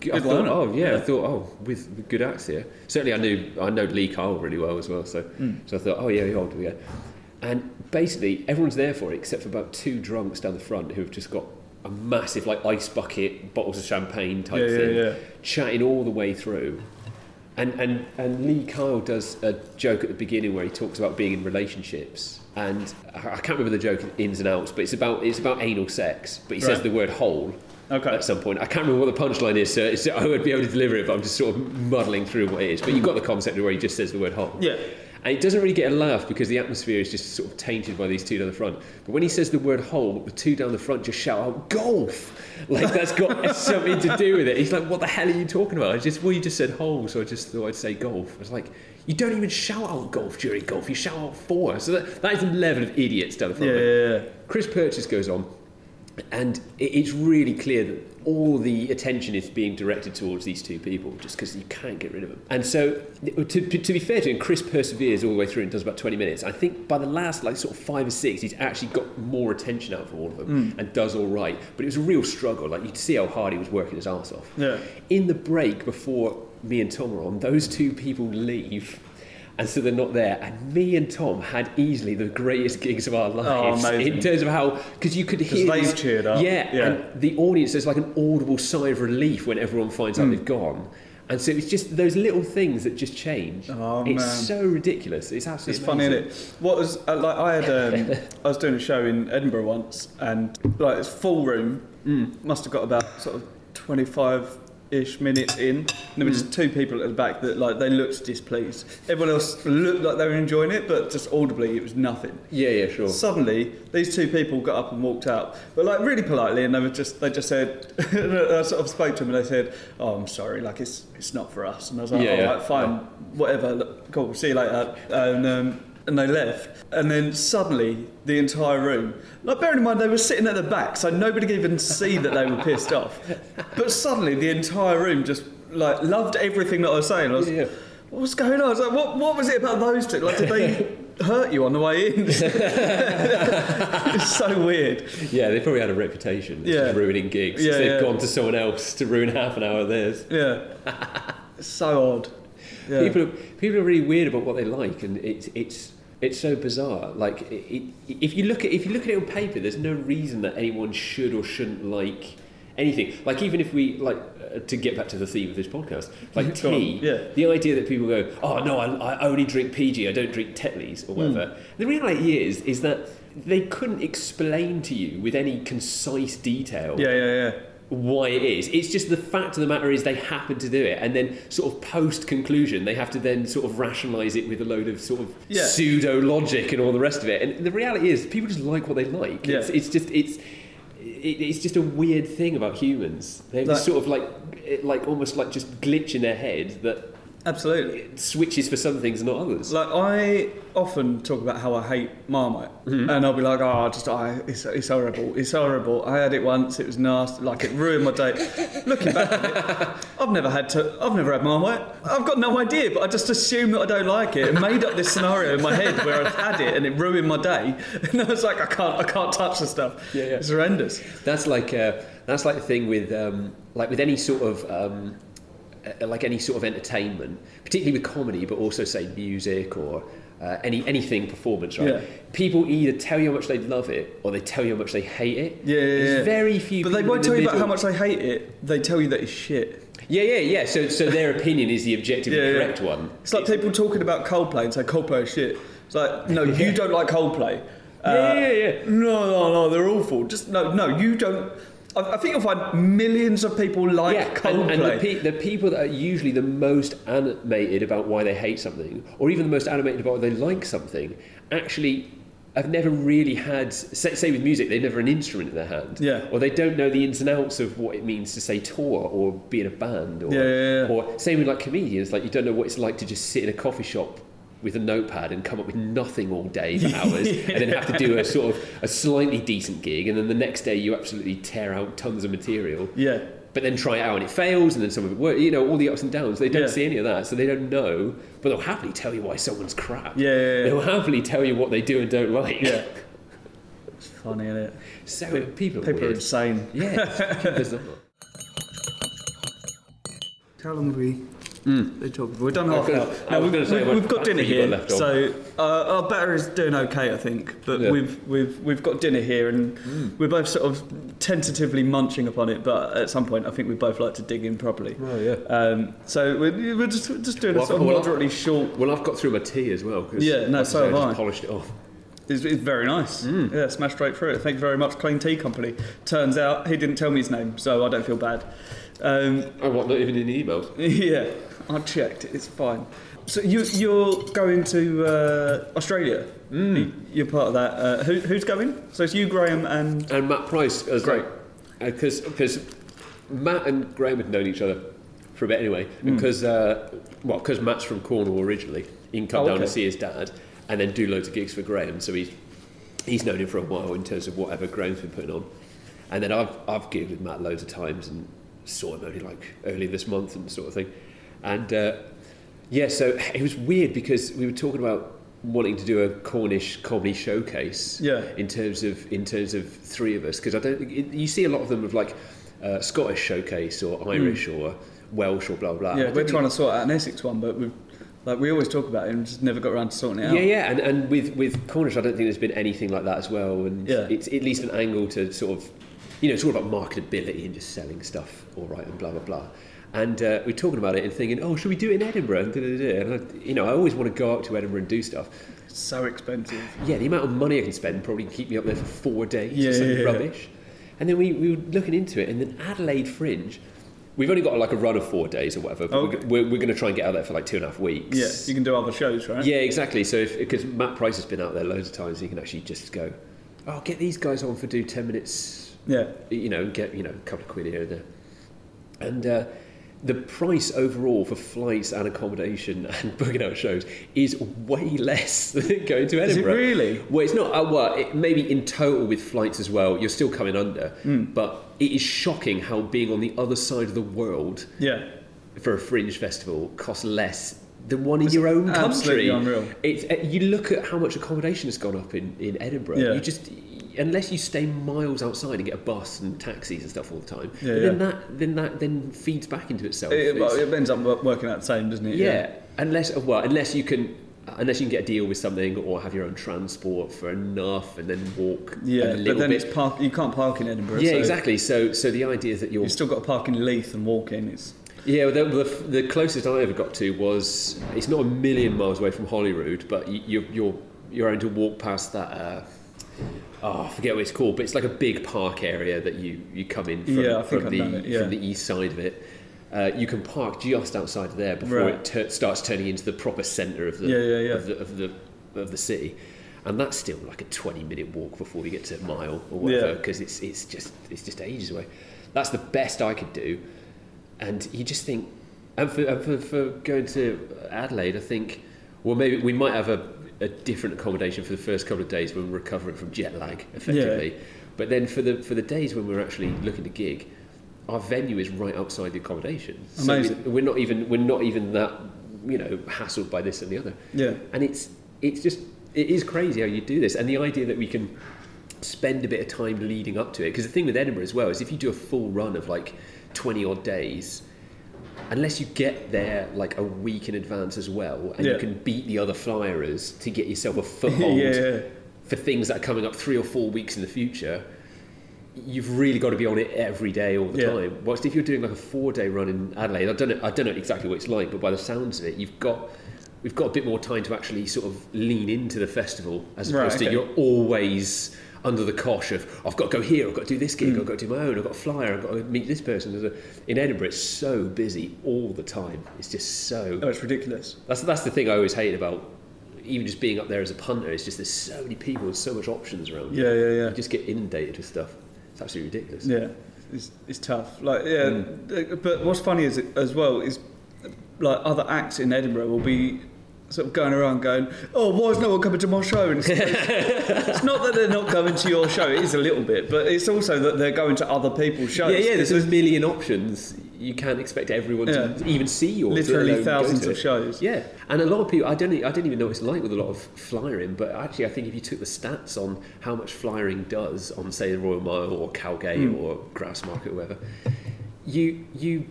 Speaker 2: good I
Speaker 1: Good
Speaker 2: thought,
Speaker 1: lineup.
Speaker 2: oh yeah, I
Speaker 1: Yeah.
Speaker 2: thought oh with, with good acts here. Certainly, I knew I know Lee Kyle really well as well, so
Speaker 1: Hmm.
Speaker 2: so I thought oh yeah, yeah, I'll do it. again. And basically, everyone's there for it except for about two drunks down the front who have just got a massive like ice bucket, bottles of champagne type
Speaker 1: Yeah, yeah,
Speaker 2: thing,
Speaker 1: yeah.
Speaker 2: chatting all the way through. And, and, and Lee Kyle does a joke at the beginning where he talks about being in relationships. And I I can't remember the joke ins and outs, but it's about, it's about anal sex. But he says
Speaker 1: Right.
Speaker 2: the word hole
Speaker 1: Okay.
Speaker 2: at some point. I can't remember what the punchline is, so it's, I would be able to deliver it, but I'm just sort of muddling through what it is. But you've got the concept of where he just says the word hole.
Speaker 1: Yeah.
Speaker 2: And it doesn't really get a laugh because the atmosphere is just sort of tainted by these two down the front. But when he says the word hole, the two down the front just shout out golf. Like that's got something to do with it. He's like, what the hell are you talking about? I just well, you just said hole, so I just thought I'd say golf. I was like, you don't even shout out golf during golf. You shout out four. So that, that is the level of idiots down the front.
Speaker 1: yeah.
Speaker 2: Chris Purchase goes on, and it- it's really clear that all the attention is being directed towards these two people just because you can't get rid of them. And so, to, to to be fair to him, Chris perseveres all the way through and does about 20 minutes. I think by the last, like, sort of five or six, he's actually got more attention out from all of them and does all right. But it was a real struggle. Like, you'd see how hard he was working his arse off.
Speaker 1: Yeah.
Speaker 2: In the break before me and Tom were on, those two people leave. And so they're not there. And me and Tom had easily the greatest gigs of our lives in
Speaker 1: Oh, amazing.
Speaker 2: terms of how because you could hear
Speaker 1: they
Speaker 2: these-
Speaker 1: cheered up.
Speaker 2: Yeah,
Speaker 1: Yeah.
Speaker 2: and the audience there's like an audible sigh of relief when everyone finds
Speaker 1: Hmm.
Speaker 2: out they've gone. And so it's just those little things that just change.
Speaker 1: Oh,
Speaker 2: it's
Speaker 1: man.
Speaker 2: so ridiculous. It's absolutely
Speaker 1: It's funny,
Speaker 2: amazing.
Speaker 1: isn't it? What was uh, like? I had um, I was doing a show in Edinburgh once, and like it's full room. Mm, Must have got about sort of twenty five ish minutes in. And there were just two people at the back that like they looked displeased. Everyone else looked like they were enjoying it, but just audibly it was nothing.
Speaker 2: Yeah, yeah, sure.
Speaker 1: Suddenly, these two people got up and walked out, but like really politely, and they were just they just said, and I sort of spoke to them, and they said, "Oh, I'm sorry, like it's it's not for us." And I was like,
Speaker 2: Yeah,
Speaker 1: "All
Speaker 2: yeah.
Speaker 1: right, fine, whatever, look, cool, see you later." And um, and they left, and then suddenly the entire room, like bearing in mind they were sitting at the back, so nobody could even see that they were pissed off, but suddenly the entire room just like loved everything that I was saying. I was,
Speaker 2: Yeah, yeah.
Speaker 1: What was going on? I was like, what, what was it about those two? Like, did they hurt you on the way in? it's so weird.
Speaker 2: Yeah, they probably had a reputation. It's
Speaker 1: Yeah.
Speaker 2: just ruining gigs.
Speaker 1: Yeah,
Speaker 2: so they've
Speaker 1: yeah.
Speaker 2: gone to someone else to ruin half an hour of theirs.
Speaker 1: Yeah. It's so odd. Yeah.
Speaker 2: People are people are really weird about what they like, and it's it's it's so bizarre. Like it, it, if you look at if you look at it on paper, there's no reason that anyone should or shouldn't like anything. Like even if we like uh, to get back to the theme of this podcast, like
Speaker 1: Go on,
Speaker 2: tea.
Speaker 1: yeah.
Speaker 2: The idea that people go, oh no, I, I only drink PG, I don't drink Tetleys or
Speaker 1: Hmm.
Speaker 2: whatever. The reality is is that they couldn't explain to you with any concise detail
Speaker 1: yeah, yeah, yeah.
Speaker 2: why it is. It's just the fact of the matter is they happen to do it, and then sort of post conclusion they have to then sort of rationalise it with a load of sort of
Speaker 1: Yeah.
Speaker 2: pseudo logic and all the rest of it. And the reality is people just like what they like. It's,
Speaker 1: Yeah.
Speaker 2: it's just it's it, it's just a weird thing about humans. They have
Speaker 1: Like-
Speaker 2: this sort of like it- like almost like just glitch in their head that
Speaker 1: Absolutely.
Speaker 2: it switches for some things and not others.
Speaker 1: Like I often talk about how I hate Marmite,
Speaker 2: Mm-hmm.
Speaker 1: and I'll be like, "Oh, I just I, it's, it's horrible, it's horrible." I had it once; it was nasty, like it ruined my day. Looking back, on it, I've never had to, I've never had Marmite. I've got no idea, but I just assume that I don't like it and made up this scenario in my head where I've had it and it ruined my day. And I was like, I can't, I can't touch the stuff.
Speaker 2: Yeah, yeah.
Speaker 1: It's horrendous.
Speaker 2: That's like uh, that's like the thing with um, like with any sort of um, uh, like any sort of entertainment, particularly with comedy, but also say music or uh, any anything performance. Right?
Speaker 1: Yeah.
Speaker 2: People either tell you how much they love it or they tell you how much they hate it.
Speaker 1: Yeah, yeah,
Speaker 2: There's
Speaker 1: yeah.
Speaker 2: very few.
Speaker 1: But they
Speaker 2: people in
Speaker 1: won't
Speaker 2: the
Speaker 1: tell you about
Speaker 2: middle-
Speaker 1: how much they hate it. They tell you that it's shit.
Speaker 2: Yeah, yeah, yeah. So so their opinion is the objectively
Speaker 1: Yeah, yeah.
Speaker 2: correct one.
Speaker 1: It's like people talking about Coldplay and say Coldplay is shit. It's like, no, you don't like Coldplay. Uh,
Speaker 2: Yeah, yeah, yeah.
Speaker 1: No, no, no, they're awful. Just no, no, you don't. I, I think you'll find millions of people like
Speaker 2: and,
Speaker 1: Coldplay.
Speaker 2: and the, pe- the people that are usually the most animated about why they hate something, or even the most animated about why they like something, actually have never really had, say, say with music, they've never an instrument in their hand,
Speaker 1: Yeah.
Speaker 2: or they don't know the ins and outs of what it means to say tour or be in a band, or,
Speaker 1: Yeah, yeah, yeah.
Speaker 2: or same with like comedians, like you don't know what it's like to just sit in a coffee shop. With a notepad and come up with nothing all day for hours, and then have to do a sort of a slightly decent gig, and then the next day you absolutely tear out tons of material
Speaker 1: yeah,
Speaker 2: but then try it out and it fails, and then some of it works. You know, all the ups and downs. They don't
Speaker 1: Yeah.
Speaker 2: see any of that, so they don't know. But they'll happily tell you why someone's crap.
Speaker 1: Yeah, yeah, yeah.
Speaker 2: They'll happily tell you what they do and don't like.
Speaker 1: yeah. it's funny, isn't it?
Speaker 2: So people, are
Speaker 1: People are
Speaker 2: weird.
Speaker 1: insane.
Speaker 2: yeah, it's fucking bizarre.
Speaker 1: How long have we? They talk. We're done half an
Speaker 2: gonna-
Speaker 1: hour.
Speaker 2: I was
Speaker 1: Oh, we've,
Speaker 2: gonna say,
Speaker 1: we've-
Speaker 2: what
Speaker 1: we've got
Speaker 2: battery
Speaker 1: dinner
Speaker 2: you got
Speaker 1: here,
Speaker 2: left on?
Speaker 1: so uh, our battery's doing okay, I think. But
Speaker 2: Yeah. Mm.
Speaker 1: we've we've we've got dinner here, and we're both sort of tentatively munching upon it. But at some point, I think we both like to dig in properly.
Speaker 2: Oh, yeah.
Speaker 1: Um, so we're, we're just we're just doing
Speaker 2: Well,
Speaker 1: a sort of
Speaker 2: well,
Speaker 1: moderately short.
Speaker 2: Well, I've got through my tea as well. 'cause
Speaker 1: Yeah, no,
Speaker 2: like I
Speaker 1: so
Speaker 2: say,
Speaker 1: have
Speaker 2: I
Speaker 1: I.
Speaker 2: just polished it off.
Speaker 1: It's, it's very nice. Yeah, smash straight through it. Thank you very much, Clean Tea Company. Turns out he didn't tell me his name, so I don't feel bad. Um,
Speaker 2: I want not even in the emails.
Speaker 1: yeah, I checked. It's fine. So you, you're going to uh, Australia. You're part of that. Uh, who, who's going? So it's you, Graham, and
Speaker 2: And Matt Price as
Speaker 1: Great.
Speaker 2: because because Matt and Graham had known each other for a bit anyway.
Speaker 1: Hmm.
Speaker 2: Because uh, well, because Matt's from Cornwall originally, he can come
Speaker 1: Oh,
Speaker 2: down
Speaker 1: okay.
Speaker 2: and see his dad, and then do loads of gigs for Graham. So he's he's known him for a while in terms of whatever Graham's been putting on. And then I've I've gigged with Matt loads of times and saw him only like early this month and sort of thing. And uh, yeah, so it was weird because we were talking about wanting to do a Cornish comedy showcase
Speaker 1: Yeah.
Speaker 2: in terms of in terms of three of us because I don't think it- you see a lot of them of like uh, Scottish showcase or Irish or Welsh or blah blah. blah.
Speaker 1: Hmm. yeah, we're trying to sort out an Essex one, but we like we always talk about it and just never got around to sorting it out.
Speaker 2: Yeah, yeah, and, and with, with Cornish, I don't think there's been anything like that as well. And
Speaker 1: Yeah.
Speaker 2: it's at least an angle to sort of, you know, it's all about marketability and just selling stuff, all right, and blah, blah, blah. And uh, we're talking about it and thinking, oh, should we do it in Edinburgh? And, da, da, da, da. and I, you know, I always want to go up to Edinburgh and do stuff.
Speaker 1: It's so expensive.
Speaker 2: Yeah, the amount of money I can spend probably can keep me up there for four days
Speaker 1: Yeah,
Speaker 2: or
Speaker 1: yeah,
Speaker 2: something
Speaker 1: yeah.
Speaker 2: rubbish. And then we, we were looking into it, and then Adelaide Fringe, we've only got like a run of four days or whatever, but
Speaker 1: Okay.
Speaker 2: we're, we're, we're going to try and get out there for like two and a half weeks.
Speaker 1: Yeah, you can do other shows, right?
Speaker 2: Yeah, exactly. So if because Matt Price has been out there loads of times, he can actually just go, "Oh, get these guys on for do ten minutes."
Speaker 1: Yeah.
Speaker 2: You know, get you know a couple of quid here and there, and uh, the price overall for flights and accommodation and booking out shows is way less than going to Edinburgh.
Speaker 1: Is it really?
Speaker 2: Well, it's not. Uh, well, it, maybe in total with flights as well, you're still coming under.
Speaker 1: Hmm.
Speaker 2: But it is shocking how being on the other side of the world
Speaker 1: Yeah.
Speaker 2: for a fringe festival costs less than one in your own
Speaker 1: absolutely
Speaker 2: country.
Speaker 1: unreal.
Speaker 2: It's, uh, you look at how much accommodation has gone up in, in Edinburgh.
Speaker 1: Yeah.
Speaker 2: You just unless you stay miles outside and get a bus and taxis and stuff all the time,
Speaker 1: Yeah,
Speaker 2: then
Speaker 1: yeah.
Speaker 2: that then that then feeds back into itself.
Speaker 1: It, well,
Speaker 2: It's-
Speaker 1: it ends up wo- working out the same, doesn't it?
Speaker 2: yeah. unless uh, well, unless you can unless you can get a deal with something or have your own transport for enough and then walk. a
Speaker 1: Yeah,
Speaker 2: little
Speaker 1: but then
Speaker 2: bit.
Speaker 1: it's park. You can't park in Edinburgh.
Speaker 2: yeah,
Speaker 1: so
Speaker 2: exactly. So so the idea is that you're
Speaker 1: You've still got to park in Leith and walk in. It's
Speaker 2: Yeah, well, the, the, the closest I ever got to was it's not a million miles away from Holyrood, but you, you're you're you're having to walk past that. Uh, oh, I forget what it's called, but it's like a big park area that you, you come in from,
Speaker 1: Yeah, I think
Speaker 2: from
Speaker 1: I've
Speaker 2: the
Speaker 1: done it, yeah.
Speaker 2: from the east side of it. Uh, you can park just outside of there before
Speaker 1: Right.
Speaker 2: it tur starts turning into the proper centre of the,
Speaker 1: Yeah, yeah, yeah.
Speaker 2: Of the of the of the city. And that's still like a twenty-minute walk before you get to mile or whatever,
Speaker 1: Yeah.
Speaker 2: because it's it's just it's just ages away. That's the best I could do and you just think, and for, and for, for going to Adelaide, I think, well, maybe we might have a, a different accommodation for the first couple of days when we're recovering from jet lag, effectively. But then for the for the days when we're actually looking to gig, our venue is right outside the accommodation.
Speaker 1: Amazing.
Speaker 2: So we- we're not even we're not even that you know hassled by this and the other.
Speaker 1: yeah,
Speaker 2: And it's it's just it is crazy how you do this, and the idea that we can spend a bit of time leading up to it. Because the thing with Edinburgh as well is if you do a full run of like twenty odd days. Unless you get there like a week in advance as well, and
Speaker 1: Yeah.
Speaker 2: you can beat the other flyers to get yourself a foothold
Speaker 1: yeah, yeah.
Speaker 2: for things that are coming up three or four weeks in the future, you've really got to be on it every day all the
Speaker 1: Yeah.
Speaker 2: time. Whilst if you're doing like a four day run in Adelaide, I don't know, I don't know exactly what it's like, but by the sounds of it, you've got we've got a bit more time to actually sort of lean into the festival as
Speaker 1: Right,
Speaker 2: opposed
Speaker 1: okay.
Speaker 2: to you're always under the cosh of I've got to go here, I've got to do this gig,
Speaker 1: Hmm.
Speaker 2: I've got to do my own, I've got a flyer, I've got to meet this person. There's a- In Edinburgh, it's so busy all the time. It's just so
Speaker 1: Oh, it's ridiculous.
Speaker 2: that's that's the thing I always hate about even just being up there as a punter. It's just there's so many people and so much options around.
Speaker 1: Yeah, yeah, yeah.
Speaker 2: You just get inundated with stuff. It's absolutely ridiculous.
Speaker 1: Yeah, it's, it's tough. Like, yeah,
Speaker 2: Hmm.
Speaker 1: uh, but what's funny is as well is uh, like other acts in Edinburgh will be sort of going around going, "Oh, why is no one coming to my show?" And it's, it's not that they're not coming to your show; it is a little bit, but it's also that they're going to other people's shows.
Speaker 2: yeah, yeah. There's a million options. You can't expect everyone to
Speaker 1: Yeah.
Speaker 2: even see yours. let
Speaker 1: literally
Speaker 2: alone go
Speaker 1: thousands
Speaker 2: to
Speaker 1: of
Speaker 2: it.
Speaker 1: shows.
Speaker 2: Yeah, and a lot of people. I don't. e- I don't even know what it's like with a lot of flyering. But actually, I think if you took the stats on how much flyering does on, say, the Royal Mile or Calgate or Grassmarket, or whatever, you you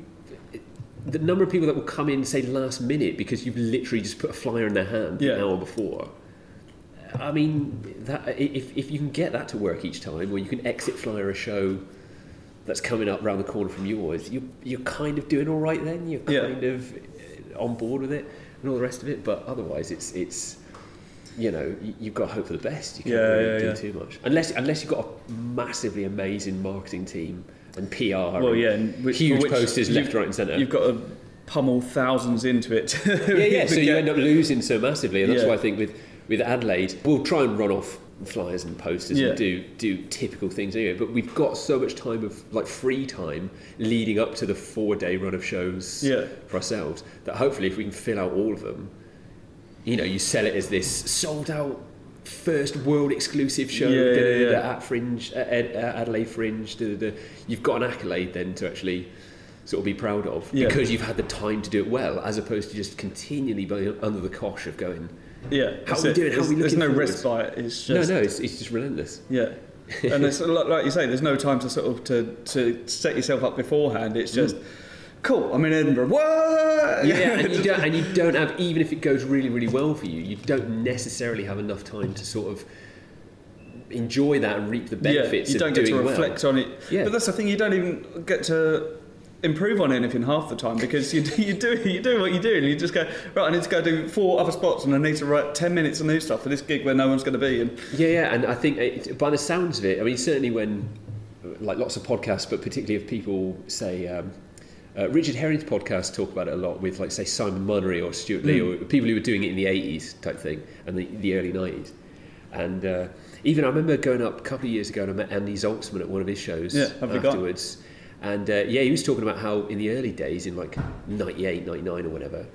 Speaker 2: the number of people that will come in, say, last minute because you've literally just put a flyer in their hand
Speaker 1: Yeah.
Speaker 2: an hour before. I mean, that, i- if if you can get that to work each time, or you can exit flyer a show that's coming up round the corner from yours, you, you're kind of doing all right then. You're
Speaker 1: Yeah.
Speaker 2: kind of uh, on board with it and all the rest of it. But otherwise, it's it's you know, you, you've got to hope for the best. You can't
Speaker 1: Yeah,
Speaker 2: really
Speaker 1: yeah,
Speaker 2: do
Speaker 1: yeah.
Speaker 2: too much unless unless you've got a massively amazing marketing team and PR.
Speaker 1: Well,
Speaker 2: and
Speaker 1: yeah, and which,
Speaker 2: huge
Speaker 1: for which
Speaker 2: posters
Speaker 1: you-
Speaker 2: left, right, and centre.
Speaker 1: You've got to pummel thousands into it.
Speaker 2: yeah, yeah. So you end up losing so massively, and that's
Speaker 1: Yeah.
Speaker 2: why I think with with Adelaide, we'll try and run off flyers and posters
Speaker 1: Yeah.
Speaker 2: and do do typical things anyway. But we've got so much time of like free time leading up to the four day run of shows
Speaker 1: Yeah.
Speaker 2: for ourselves that hopefully if we can fill out all of them, you know, you sell it as this sold out. First world exclusive show
Speaker 1: Yeah, yeah,
Speaker 2: da-da-da-da,
Speaker 1: yeah.
Speaker 2: at Fringe, at, at Adelaide Fringe. da-da-da. You've got an accolade then to actually sort of be proud of
Speaker 1: Yeah.
Speaker 2: because you've had the time to do it well, as opposed to just continually being under the cosh of going.
Speaker 1: yeah. that's
Speaker 2: we
Speaker 1: it.
Speaker 2: doing? How
Speaker 1: There's,
Speaker 2: we
Speaker 1: there's
Speaker 2: looking
Speaker 1: no
Speaker 2: forward?
Speaker 1: respite. It's just
Speaker 2: no, no, it's, it's just relentless.
Speaker 1: yeah. and there's like like you say, there's no time to sort of to, to set yourself up beforehand. It's just cool. I'm in Edinburgh. What?
Speaker 2: Mm. Yeah, and you don't, and you don't have even if it goes really, really well for you, you don't necessarily have enough time to sort of enjoy that and reap the benefits
Speaker 1: Yeah, you don't
Speaker 2: of
Speaker 1: get
Speaker 2: doing
Speaker 1: to
Speaker 2: well.
Speaker 1: reflect on it.
Speaker 2: Yeah.
Speaker 1: But that's the thing, you don't even get to improve on anything half the time because you, do- you do you do what you do and you just go right I need to go do four other spots and I need to write 10 minutes of new stuff for this gig where no one's going to be and
Speaker 2: Yeah, yeah, and I think it, by the sounds of it, I mean certainly when like lots of podcasts, but particularly if people say um, uh, Richard Herring's podcasts talk about it a lot with like say Simon Munnery or Stuart Lee
Speaker 1: Mm.
Speaker 2: or people who were doing it in the eighties type thing and the, the early nineties, and uh, even I remember going up a couple of years ago and I met Andy Zoltzman at one of his shows
Speaker 1: Yeah, have we got-
Speaker 2: afterwards. And uh, yeah, he was talking about how in the early days, in like 98, 99 or whatever,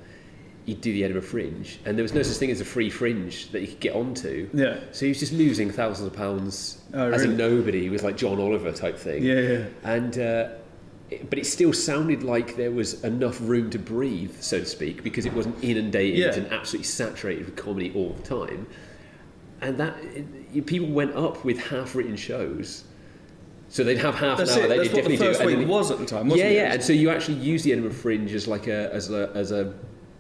Speaker 2: you'd do the Edinburgh Fringe, and there was no such thing as a free fringe that you could get onto.
Speaker 1: Yeah.
Speaker 2: So he was just losing thousands of pounds
Speaker 1: Oh,
Speaker 2: as a
Speaker 1: really?
Speaker 2: nobody with like John Oliver type thing.
Speaker 1: yeah, yeah.
Speaker 2: And uh, it- but it still sounded like there was enough room to breathe, so to speak, because it wasn't inundated
Speaker 1: Yeah.
Speaker 2: and absolutely saturated with comedy all the time. And that it, you- people went up with half-written shows, so they'd have half
Speaker 1: that's
Speaker 2: an hour.
Speaker 1: it
Speaker 2: they'd
Speaker 1: that's what
Speaker 2: definitely
Speaker 1: the first
Speaker 2: do, and then
Speaker 1: week
Speaker 2: they-
Speaker 1: was at the time wasn't
Speaker 2: yeah,
Speaker 1: it?
Speaker 2: yeah. And so you actually use the Edinburgh Fringe as like a as a as a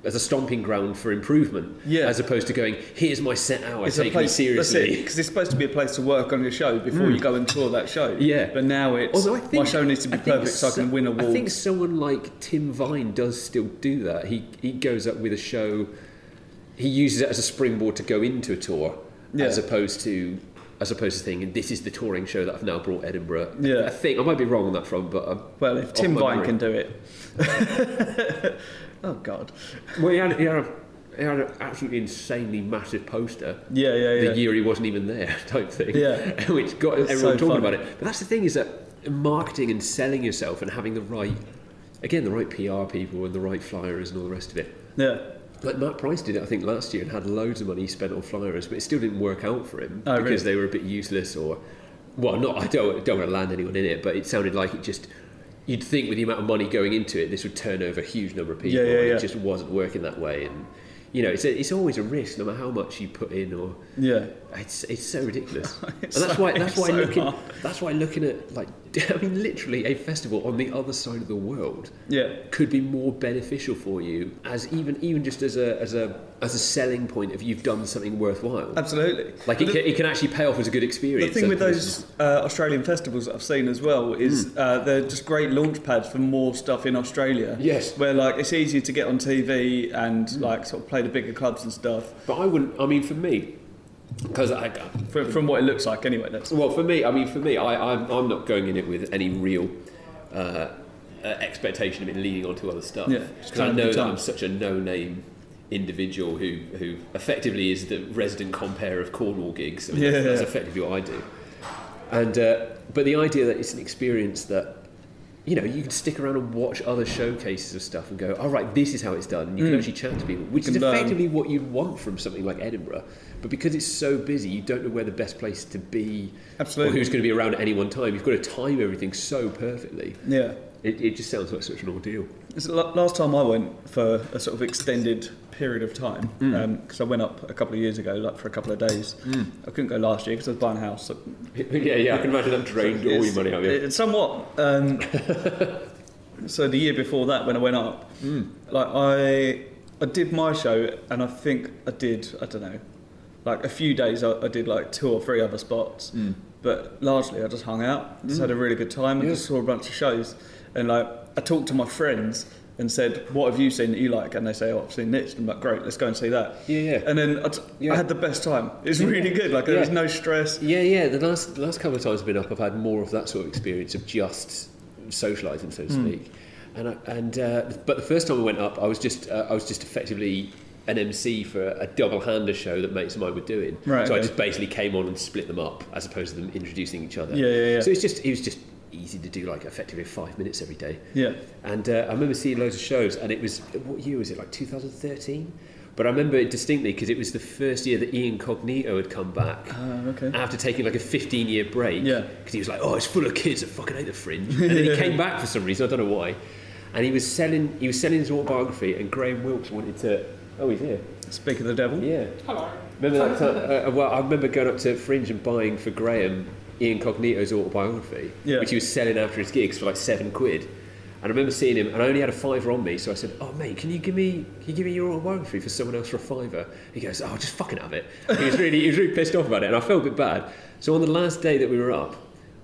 Speaker 2: as a stomping ground for improvement,
Speaker 1: Yeah.
Speaker 2: as opposed to going, here's my set hour,
Speaker 1: it's a
Speaker 2: take me
Speaker 1: place
Speaker 2: seriously. Hmm.
Speaker 1: because it's supposed to be a place to work on your show before you go and tour that show
Speaker 2: Yeah.
Speaker 1: but now it's
Speaker 2: Although I
Speaker 1: my
Speaker 2: think
Speaker 1: show needs to be
Speaker 2: I think
Speaker 1: perfect so I can
Speaker 2: so-
Speaker 1: win awards
Speaker 2: I think someone like Tim Vine does still do that. He he goes up with a show, he uses it as a springboard to go into a tour,
Speaker 1: Yeah.
Speaker 2: as opposed to as opposed to thinking this is the touring show that I've now brought Edinburgh.
Speaker 1: Yeah.
Speaker 2: I think I might be wrong on that front, but I'm
Speaker 1: well if Tim
Speaker 2: off
Speaker 1: Vine
Speaker 2: my memory.
Speaker 1: can do it oh god
Speaker 2: Well, he had, he had, a, he had an absolutely insanely massive poster
Speaker 1: yeah yeah yeah
Speaker 2: the year he wasn't even there, type thing.
Speaker 1: Yeah.
Speaker 2: Which got
Speaker 1: It's
Speaker 2: everyone
Speaker 1: so
Speaker 2: talking
Speaker 1: funny.
Speaker 2: about it. But that's the thing is that marketing and selling yourself and having the right, again, the right PR people and the right flyers and all the rest of it.
Speaker 1: yeah
Speaker 2: Like Matt Price did it, I think, last year and had loads of money spent on flyers, but it still didn't work out for him
Speaker 1: Oh,
Speaker 2: because
Speaker 1: really?
Speaker 2: they were a bit useless or, well, not. I don't don't want to land anyone in it, but it sounded like it just. You'd think with the amount of money going into it, this would turn over a huge number of people.
Speaker 1: Yeah, yeah,
Speaker 2: and
Speaker 1: yeah.
Speaker 2: It just wasn't working that way, and you know, it's a, it's always a risk, no matter how much you put in or.
Speaker 1: yeah
Speaker 2: It's, it's so ridiculous,
Speaker 1: It's
Speaker 2: and that's
Speaker 1: so-
Speaker 2: why that's
Speaker 1: it's
Speaker 2: why
Speaker 1: so
Speaker 2: looking
Speaker 1: hard.
Speaker 2: that's why looking at like I mean literally a festival on the other side of the world
Speaker 1: yeah
Speaker 2: could be more beneficial for you as even even just as a as a as a selling point if you've done something worthwhile.
Speaker 1: Absolutely.
Speaker 2: Like it,
Speaker 1: the,
Speaker 2: can, it can actually pay off as a good
Speaker 1: the
Speaker 2: experience.
Speaker 1: thing with
Speaker 2: as
Speaker 1: those uh, Australian festivals that I've seen as well is uh, they're just great launch pads for more stuff in Australia.
Speaker 2: Yes.
Speaker 1: Where like it's easier to get on TV and like sort of play to bigger clubs and stuff.
Speaker 2: opposed to- But I wouldn't. I mean, for me, because I
Speaker 1: From, from what it looks like, anyway. That's
Speaker 2: well, for me, I mean, for me, I, I'm I'm not going in it with any real. Uh, uh, expectation of it leading on to other stuff
Speaker 1: Yeah, just
Speaker 2: because
Speaker 1: trying to have
Speaker 2: I
Speaker 1: a
Speaker 2: know
Speaker 1: good
Speaker 2: that
Speaker 1: time.
Speaker 2: I'm such a no-name individual who who effectively is the resident compare of Cornwall gigs. I mean, that's,
Speaker 1: Yeah.
Speaker 2: that's effectively what I do. And uh, but the idea that it's an experience that you know you can stick around and watch other showcases of stuff and go, all right, this is how it's done. And you can actually chat to people, which
Speaker 1: Mm. You
Speaker 2: is
Speaker 1: can learn.
Speaker 2: effectively what you'd want from something like Edinburgh. But because it's so busy, you don't know where the best place to be
Speaker 1: Absolutely.
Speaker 2: or who's going to be around at any one time. You've got to time everything so perfectly.
Speaker 1: yeah.
Speaker 2: It, it just sounds like such an ordeal.
Speaker 1: It's the la- last time I went for a sort of extended period of time because I went up a couple of years ago, like for a couple of days. I couldn't go last year because I was buying a house. so-
Speaker 2: yeah, yeah, I can imagine that drained all your
Speaker 1: It's-
Speaker 2: money out of you.
Speaker 1: it- Somewhat. Um, so the year before that, when I went up,
Speaker 2: Hmm.
Speaker 1: like I, I did my show, and I think I did. I don't know, like a few days. I, I did like two or three other spots,
Speaker 2: Hmm.
Speaker 1: but largely I just hung out, just had a really good time, and
Speaker 2: Yeah.
Speaker 1: just saw a bunch of shows, and like I talked to my friends. and said, "What have you seen that you like?" And they say, "Oh, I've seen this." And I'm like, "Great, let's go and see that."
Speaker 2: Yeah, yeah.
Speaker 1: And then I, t-
Speaker 2: Yeah.
Speaker 1: I had the best time. It's really good. Like there
Speaker 2: Yeah.
Speaker 1: was no stress.
Speaker 2: Yeah, yeah. The last the last couple of times I've been up, I've had more of that sort of experience of just socialising, so to
Speaker 1: Hmm.
Speaker 2: speak. And I, and uh, but the first time I went up, I was just uh, I was just effectively an MC for a double-hander show that mates of mine were doing.
Speaker 1: Right,
Speaker 2: so I
Speaker 1: okay.
Speaker 2: just basically came on and split them up as opposed to them introducing each other.
Speaker 1: Yeah, yeah, yeah.
Speaker 2: So it's just it was just easy to do like effectively five minutes every day.
Speaker 1: Yeah.
Speaker 2: And uh, I remember seeing loads of shows, and it was what year was it? Like 2013. But I remember it distinctly because it was the first year that Ian Cognito had come back
Speaker 1: Uh, okay.
Speaker 2: after taking like a 15 year break
Speaker 1: Yeah.
Speaker 2: because he was like oh it's full of kids I fucking hate the fringe and then he came back for some reason I don't know why and he was selling he was selling his autobiography and Graham Wilkes wanted to oh he's here
Speaker 1: Speak of the devil.
Speaker 2: yeah hello remember that time, uh, well I remember going up to Fringe and buying for Graham Ian Cognito's autobiography
Speaker 1: Yeah.
Speaker 2: which he was selling after his gigs for like seven quid and I remember seeing him, and I only had a fiver on me, so I said, "Oh mate, can you give me, can you give me your autobiography for someone else for a fiver? He goes, "Oh, just fucking have it." He was really, he was really pissed off about it, and I felt a bit bad. So on the last day that we were up,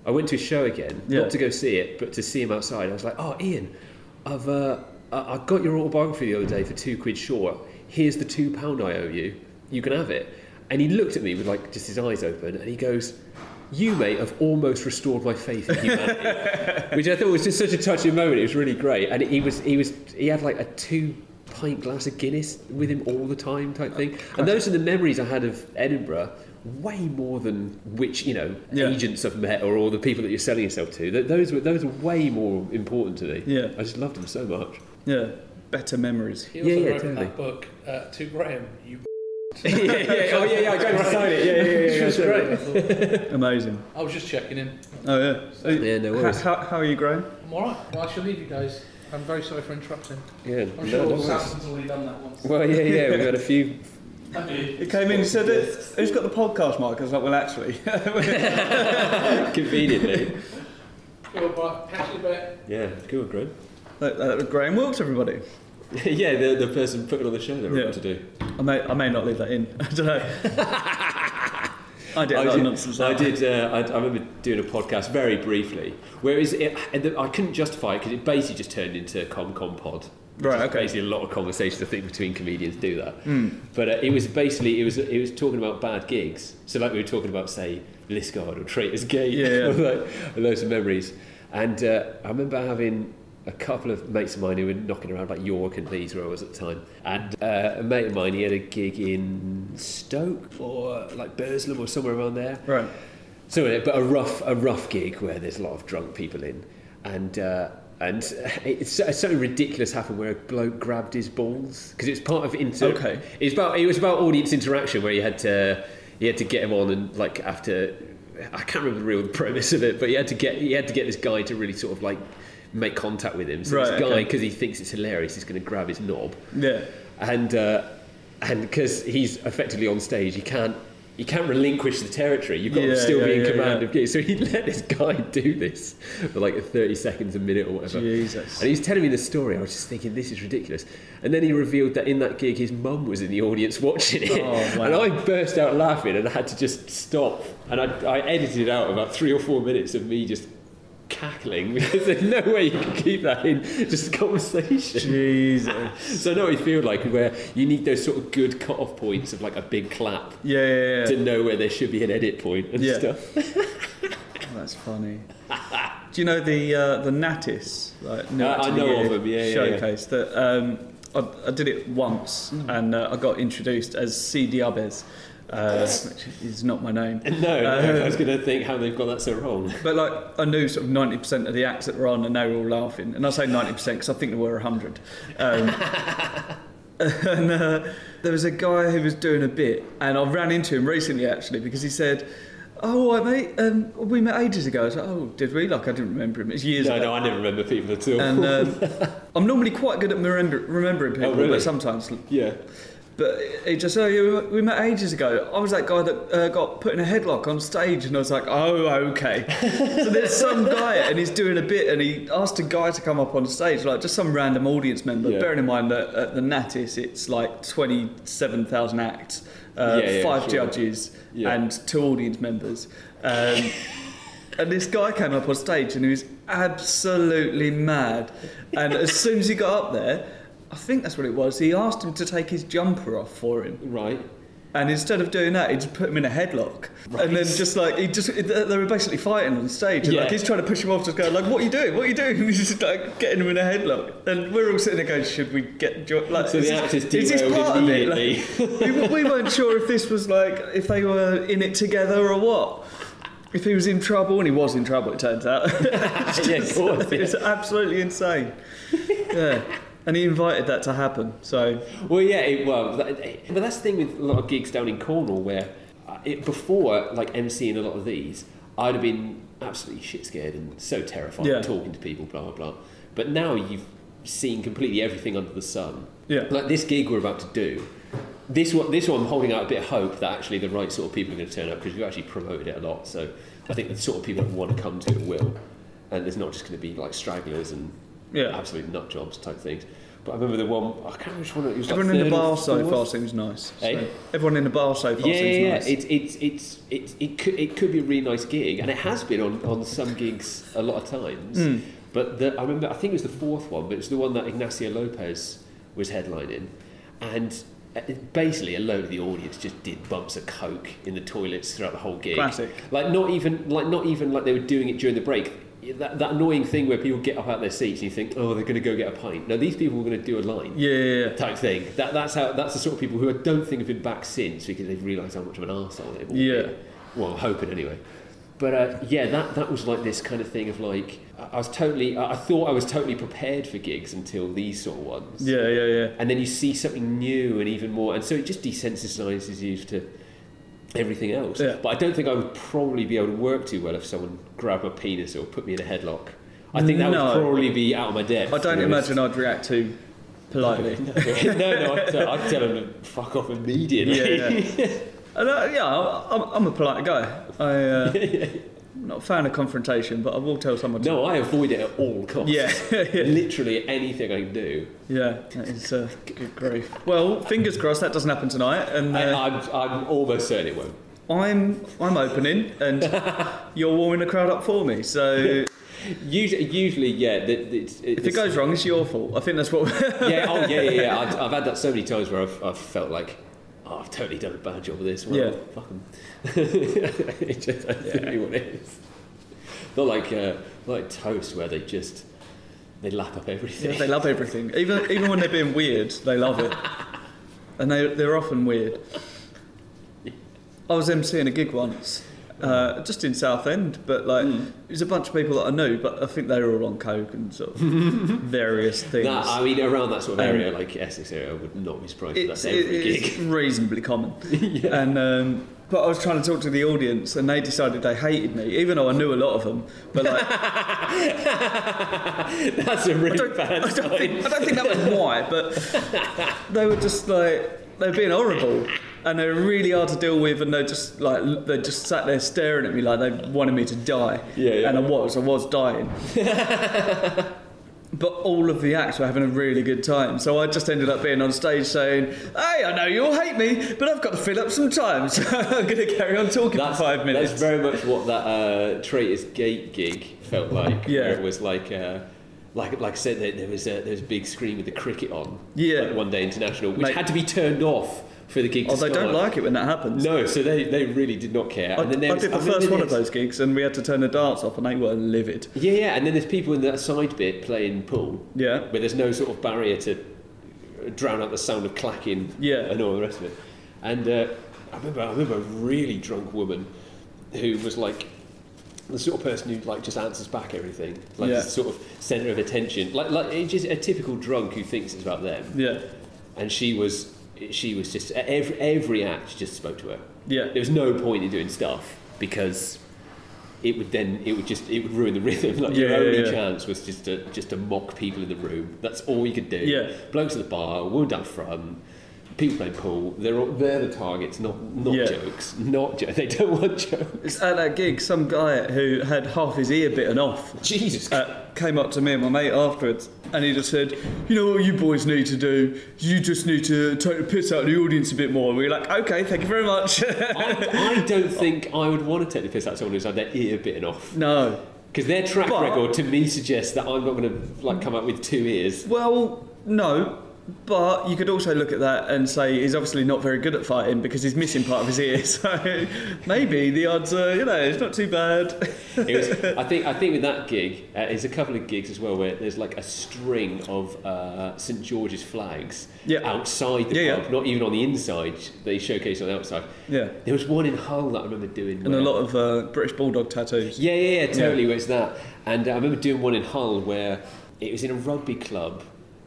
Speaker 2: I went to a show again,
Speaker 1: Yeah.
Speaker 2: not to go see it, but to see him outside. I was like, "Oh, Ian, I've, uh, I I got your autobiography the other day for two quid short. Here's the two pound I owe you. You can have it." And he looked at me with like just his eyes open, and he goes. You, mate, have almost restored my faith in humanity. which I thought was just such a touching moment. It was really great, and he was he was he had like a two pint glass of Guinness with him all the time type thing. And those are the memories I had of Edinburgh. Way more than which you know
Speaker 1: Yeah.
Speaker 2: agents I've met or all the people that you're selling yourself to. Th- Those were those were way more important to me.
Speaker 1: Yeah.
Speaker 2: I just loved them so much.
Speaker 1: Yeah. Better memories.
Speaker 5: He also
Speaker 2: Yeah, yeah,
Speaker 5: wrote in
Speaker 2: totally.
Speaker 5: that book uh, to Graham. You.
Speaker 2: yeah, yeah, oh yeah, yeah. I got to sign it. Yeah, yeah, yeah.
Speaker 5: Which was great. I, thought.
Speaker 1: Amazing.
Speaker 5: I was just checking in.
Speaker 1: Oh yeah. So,
Speaker 2: Yeah, no worries.
Speaker 1: How, how, how are you, Graham?
Speaker 5: I'm all right. Well, I shall leave you guys. I'm very sorry for interrupting.
Speaker 2: yeah
Speaker 5: I'm
Speaker 2: no,
Speaker 5: sure
Speaker 2: no
Speaker 5: no,
Speaker 2: worries.
Speaker 5: Samson's already done that once.
Speaker 2: well, yeah, yeah. We've had a few.
Speaker 1: He came in and said, "Who's got the podcast mic?" I was like, "Well, actually."
Speaker 2: Conveniently.
Speaker 5: Cool, right. Catch you back.
Speaker 2: Yeah, cool, great.
Speaker 1: That, that was Graham Wilkes, everybody.
Speaker 2: yeah, the, the person putting on the show that we're
Speaker 1: Yeah.
Speaker 2: about to do.
Speaker 1: I may, I may not leave that in. I don't know. I did
Speaker 2: I
Speaker 1: that
Speaker 2: did,
Speaker 1: nonsense.
Speaker 2: I
Speaker 1: out.
Speaker 2: did. Uh, I, I remember doing a podcast very briefly, whereas it, and the- I couldn't justify it because it basically just turned into ComCom Pod. which
Speaker 1: Right,
Speaker 2: is
Speaker 1: okay. Hmm.
Speaker 2: Basically, a lot of conversations I think between comedians do that. But uh, it was basically it was it was talking about bad gigs. So like we were talking about say Liscard or Traitor's Gate,
Speaker 1: Yeah, yeah.
Speaker 2: like, and loads of memories. And uh, I remember having a couple of mates of mine who were knocking around like York and Leeds where I was at the time. And uh, a mate of mine, he had a gig in Stoke or like Burslem or somewhere around there.
Speaker 1: Right.
Speaker 2: So, anyway, but a rough, a rough gig where there's a lot of drunk people in, and uh, and it's, it's something ridiculous happened where a bloke grabbed his balls because it was part of inter.
Speaker 1: Okay.
Speaker 2: It was about it was about audience interaction where you had to you had to get him on and like after I can't remember the real premise of it, but you had to get you had to get this guy to really sort of like make contact with him. So
Speaker 1: Right,
Speaker 2: this guy
Speaker 1: okay.
Speaker 2: because he thinks it's hilarious, is going to grab his knob
Speaker 1: Yeah.
Speaker 2: and uh, and because he's effectively on stage, he can't he can't relinquish the territory. You've got
Speaker 1: Yeah,
Speaker 2: to still
Speaker 1: yeah,
Speaker 2: be in
Speaker 1: yeah,
Speaker 2: command
Speaker 1: yeah.
Speaker 2: of gigs. So he let this guy do this for like thirty seconds, a minute, or whatever.
Speaker 1: Jesus.
Speaker 2: And he was telling me the story. I was just thinking, this is ridiculous. And then he revealed that in that gig, his mum was in the audience watching it,
Speaker 1: Oh, wow.
Speaker 2: and I burst out laughing and I had to just stop. And I, I edited out about three or four minutes of me just cackling because there's no way you can keep that in just conversation.
Speaker 1: Jesus.
Speaker 2: So I know what you feel like where you need those sort of good cut-off points of like a big clap
Speaker 1: Yeah, yeah, yeah.
Speaker 2: to know where there should be an edit point and
Speaker 1: Yeah.
Speaker 2: stuff.
Speaker 1: That's funny. Do you know the uh, the Natis like New
Speaker 2: Uh, I
Speaker 1: Act the
Speaker 2: know
Speaker 1: Year
Speaker 2: of 'em, yeah, Hmm. yeah, yeah.
Speaker 1: showcase that um, I, I did it once and uh, I got introduced as C Diabes, uh, which is not my name.
Speaker 2: No,
Speaker 1: Uh,
Speaker 2: no, I was going to think how they've got that so wrong.
Speaker 1: But like I knew sort of ninety percent of the acts that were on, and they were all laughing. And I say ninety percent because I think there were hundred. Um, and uh, there was a guy who was doing a bit, and I ran into him recently actually because he said. Oh, all right, mate. Um, we met ages ago. I was like, oh, did we? Like, I didn't remember him. It's years
Speaker 2: No,
Speaker 1: ago.
Speaker 2: no, I never remember people at all.
Speaker 1: And um, I'm normally quite good at remember, remembering people,
Speaker 2: Oh, really?
Speaker 1: but sometimes.
Speaker 2: yeah.
Speaker 1: But it just, oh, yeah, we met ages ago. I was that guy that uh, got put in a headlock on stage, and I was like, oh, okay. so there's some guy, and he's doing a bit, and he asked a guy to come up on stage, like just some random audience member.
Speaker 2: Yeah.
Speaker 1: Bearing in mind that at the Natis, it's like 27,000 acts, uh,
Speaker 2: Yeah, yeah,
Speaker 1: five
Speaker 2: sure.
Speaker 1: judges,
Speaker 2: Yeah.
Speaker 1: and two audience members. Um, and this guy came up on stage and he was absolutely mad. And as soon as he got up there, I think that's what it was. He asked him to take his jumper off for him,
Speaker 2: Right.
Speaker 1: and instead of doing that, he just put him in a headlock, and then just like he just they they were basically fighting on stage. And, Like
Speaker 2: Yeah.
Speaker 1: he's trying to push him off, just going like, "What are you doing? What are you doing?" And he's just like getting him in a headlock, and we're all sitting there going, "Should we get jo-? like?"
Speaker 2: So
Speaker 1: is
Speaker 2: the
Speaker 1: this-
Speaker 2: actors
Speaker 1: is this part
Speaker 2: derailed
Speaker 1: of it? Like,
Speaker 2: immediately.
Speaker 1: we, we weren't sure if this was like if they were in it together or what. If he was in trouble, and he was in trouble, it turns out.
Speaker 2: yeah, of course, yeah.
Speaker 1: It's absolutely insane. Yeah. And he invited that to happen. So
Speaker 2: Well, yeah, it, well, that, it- but that's the thing with a lot of gigs down in Cornwall, where uh, it, before like emceeing a lot of these, I'd have been absolutely shit scared and so terrified
Speaker 1: Yeah.
Speaker 2: talking to people, blah blah blah. But now you've seen completely everything under the sun.
Speaker 1: Yeah.
Speaker 2: Like this gig we're about to do. This one, this one, I'm holding out a bit of hope that actually the right sort of people are going to turn up because we've actually promoted it a lot. So I think the sort of people that want to come to it will, and there's not just going to be like stragglers and
Speaker 1: yeah.
Speaker 2: absolute nut jobs type things. But I remember the one I can't remember which one it was. like
Speaker 1: Everyone in the
Speaker 2: third or
Speaker 1: bar so
Speaker 2: fourth.
Speaker 1: far seems nice. So
Speaker 2: Eh?
Speaker 1: Everyone in the bar so far
Speaker 2: Yeah,
Speaker 1: seems
Speaker 2: yeah, yeah.
Speaker 1: nice.
Speaker 2: It's it's it's it, it could it could be a really nice gig, and it has been on, on some gigs a lot of times.
Speaker 1: Hmm.
Speaker 2: But the, I remember I think it was the fourth one, but it was the one that Ignacio Lopez was headlining, and uh, basically a load of the audience just did bumps of coke in the toilets throughout the whole gig.
Speaker 1: Classic.
Speaker 2: Like not even like not even like they were doing it during the break. That, that annoying thing where people get up out of their seats and you think, oh, they're going to go get a pint. No, these people were going to do a line
Speaker 1: yeah, yeah, yeah.
Speaker 2: type thing. That, that's how. That's the sort of people who I don't think have been back since because they've realised how much of an arsehole they've all
Speaker 1: Yeah.
Speaker 2: been. Well, I'm hoping anyway. But uh, yeah, that, that was like this kind of thing of like I I was totally. I I thought I was totally prepared for gigs until these sort of ones.
Speaker 1: Yeah, yeah, yeah.
Speaker 2: And then you see something new and even more, and so it just desensitizes you to everything else.
Speaker 1: Yeah.
Speaker 2: But I don't think I would probably be able to work too well if someone grabbed my penis or put me in a headlock. I think that
Speaker 1: No.
Speaker 2: would probably be out of my depth.
Speaker 1: I don't
Speaker 2: to be honest.
Speaker 1: imagine I'd react too politely.
Speaker 2: no, no, I'd, tell- I'd tell him to fuck off immediately.
Speaker 1: Yeah, And, uh, yeah, I- I'm, I'm a polite guy. I, uh, not a fan of confrontation, but I will tell someone to.
Speaker 2: no, I avoid it at all costs.
Speaker 1: Yeah, yeah.
Speaker 2: Literally anything I can do.
Speaker 1: Yeah, that is uh, good grief. Well, fingers crossed that doesn't happen tonight, and
Speaker 2: I,
Speaker 1: uh,
Speaker 2: I'm, I'm almost certain it won't.
Speaker 1: I'm I'm opening, and you're warming the crowd up for me. So
Speaker 2: Usually, usually yeah. The, the, it's,
Speaker 1: if it goes wrong, it's your fault. I think that's what.
Speaker 2: yeah, oh yeah, yeah, yeah. I've, I've had that so many times where I've, I've felt like, oh, I've totally done a bad job of this. Well,
Speaker 1: Yeah.
Speaker 2: fuck 'em. It's just, that's really what it is. Not like uh, like toast where they just they lap up everything.
Speaker 1: they love everything, even even when they're being weird, they love it, and they they're often weird. I was emceeing a gig once, uh, just in Southend, but like
Speaker 2: Hmm.
Speaker 1: it was a bunch of people that I knew, but I think they were all on coke and sort of various things.
Speaker 2: Nah, I mean, around that sort of
Speaker 1: Um,
Speaker 2: area, like Essex area, I would not be surprised if
Speaker 1: it's,
Speaker 2: that's every
Speaker 1: it- it's
Speaker 2: gig.
Speaker 1: reasonably common. And um, but I was trying to talk to the audience, and they decided they hated me, even though I knew a lot of them. But like,
Speaker 2: that's a
Speaker 1: I,
Speaker 2: really
Speaker 1: don't,
Speaker 2: bad
Speaker 1: I, don't
Speaker 2: sign.
Speaker 1: think, I don't think that was why, but they were just like they were being horrible, and they were really hard to deal with, and they just like l- they just sat there staring at me like they wanted me to die.
Speaker 2: Yeah, yeah.
Speaker 1: And I was, I was dying. But all of the acts were having a really good time, so I just ended up being on stage saying, "Hey, I know you all hate me, but I've got to fill up some time, so I'm going to carry on talking
Speaker 2: That's-
Speaker 1: for five minutes."
Speaker 2: That's very much what that uh, Traitor's Gate gig felt like. where
Speaker 1: Yeah.
Speaker 2: it was like, uh, like, like I said, there, there was a, there was a big screen with the cricket on.
Speaker 1: Yeah.
Speaker 2: like One Day International, which
Speaker 1: Mate.
Speaker 2: had to be turned off for the gig.
Speaker 1: oh,
Speaker 2: to
Speaker 1: they don't
Speaker 2: start.
Speaker 1: like it when that happens.
Speaker 2: No, so they, they really did not care.
Speaker 1: I,
Speaker 2: and then there
Speaker 1: I
Speaker 2: was-
Speaker 1: did the
Speaker 2: remember
Speaker 1: first one
Speaker 2: this-
Speaker 1: of those gigs, and we had to turn the darts off, and they were livid.
Speaker 2: Yeah, yeah, and then there's people in that side bit playing pool.
Speaker 1: Yeah.
Speaker 2: where there's no sort of barrier to drown out the sound of clacking
Speaker 1: Yeah.
Speaker 2: and all the rest of it. And uh, I remember, I remember a really drunk woman who was like the sort of person who like just answers back everything, like
Speaker 1: Yeah.
Speaker 2: the sort of centre of attention, like like it's just a typical drunk who thinks it's about them.
Speaker 1: Yeah,
Speaker 2: And she was, she was just every every act just spoke to her.
Speaker 1: yeah,
Speaker 2: There was no point in doing stuff because it would then it would just it would ruin the rhythm. Like your
Speaker 1: Yeah, yeah,
Speaker 2: only
Speaker 1: yeah.
Speaker 2: chance was just to just to mock people in the room. That's all you could do.
Speaker 1: Yeah.
Speaker 2: Blokes at the bar, wound up front, people playing pool. They're all, they're the targets, not not
Speaker 1: Yeah.
Speaker 2: jokes, not jo- They don't want jokes.
Speaker 1: It's at that gig, some guy who had half his ear bitten off
Speaker 2: Jesus.
Speaker 1: uh, came up to me and my mate afterwards, and he just said, "You know what you boys need to do? You just need to take the piss out of the audience a bit more." And we were like, "Okay, thank you very much."
Speaker 2: I, I don't think I would want to take the piss out of someone who's had their ear bitten off.
Speaker 1: no,
Speaker 2: Because their track
Speaker 1: But-
Speaker 2: record to me suggests that I'm not going to like come up with two ears.
Speaker 1: Well, no, but you could also look at that and say he's obviously not very good at fighting because he's missing part of his ear. So maybe the odds are, you know, it's not too bad.
Speaker 2: It was, I think I think with that gig, uh, there's a couple of gigs as well where there's like a string of uh, St George's flags
Speaker 1: Yeah.
Speaker 2: outside the
Speaker 1: Yeah, yeah.
Speaker 2: pub, not even on the inside. They showcase on the outside.
Speaker 1: Yeah.
Speaker 2: There was one in Hull that I remember doing.
Speaker 1: And a
Speaker 2: where-
Speaker 1: lot of uh, British bulldog tattoos.
Speaker 2: Yeah, yeah, yeah, totally. Where it's that, and uh, I remember doing one in Hull where it was in a rugby club,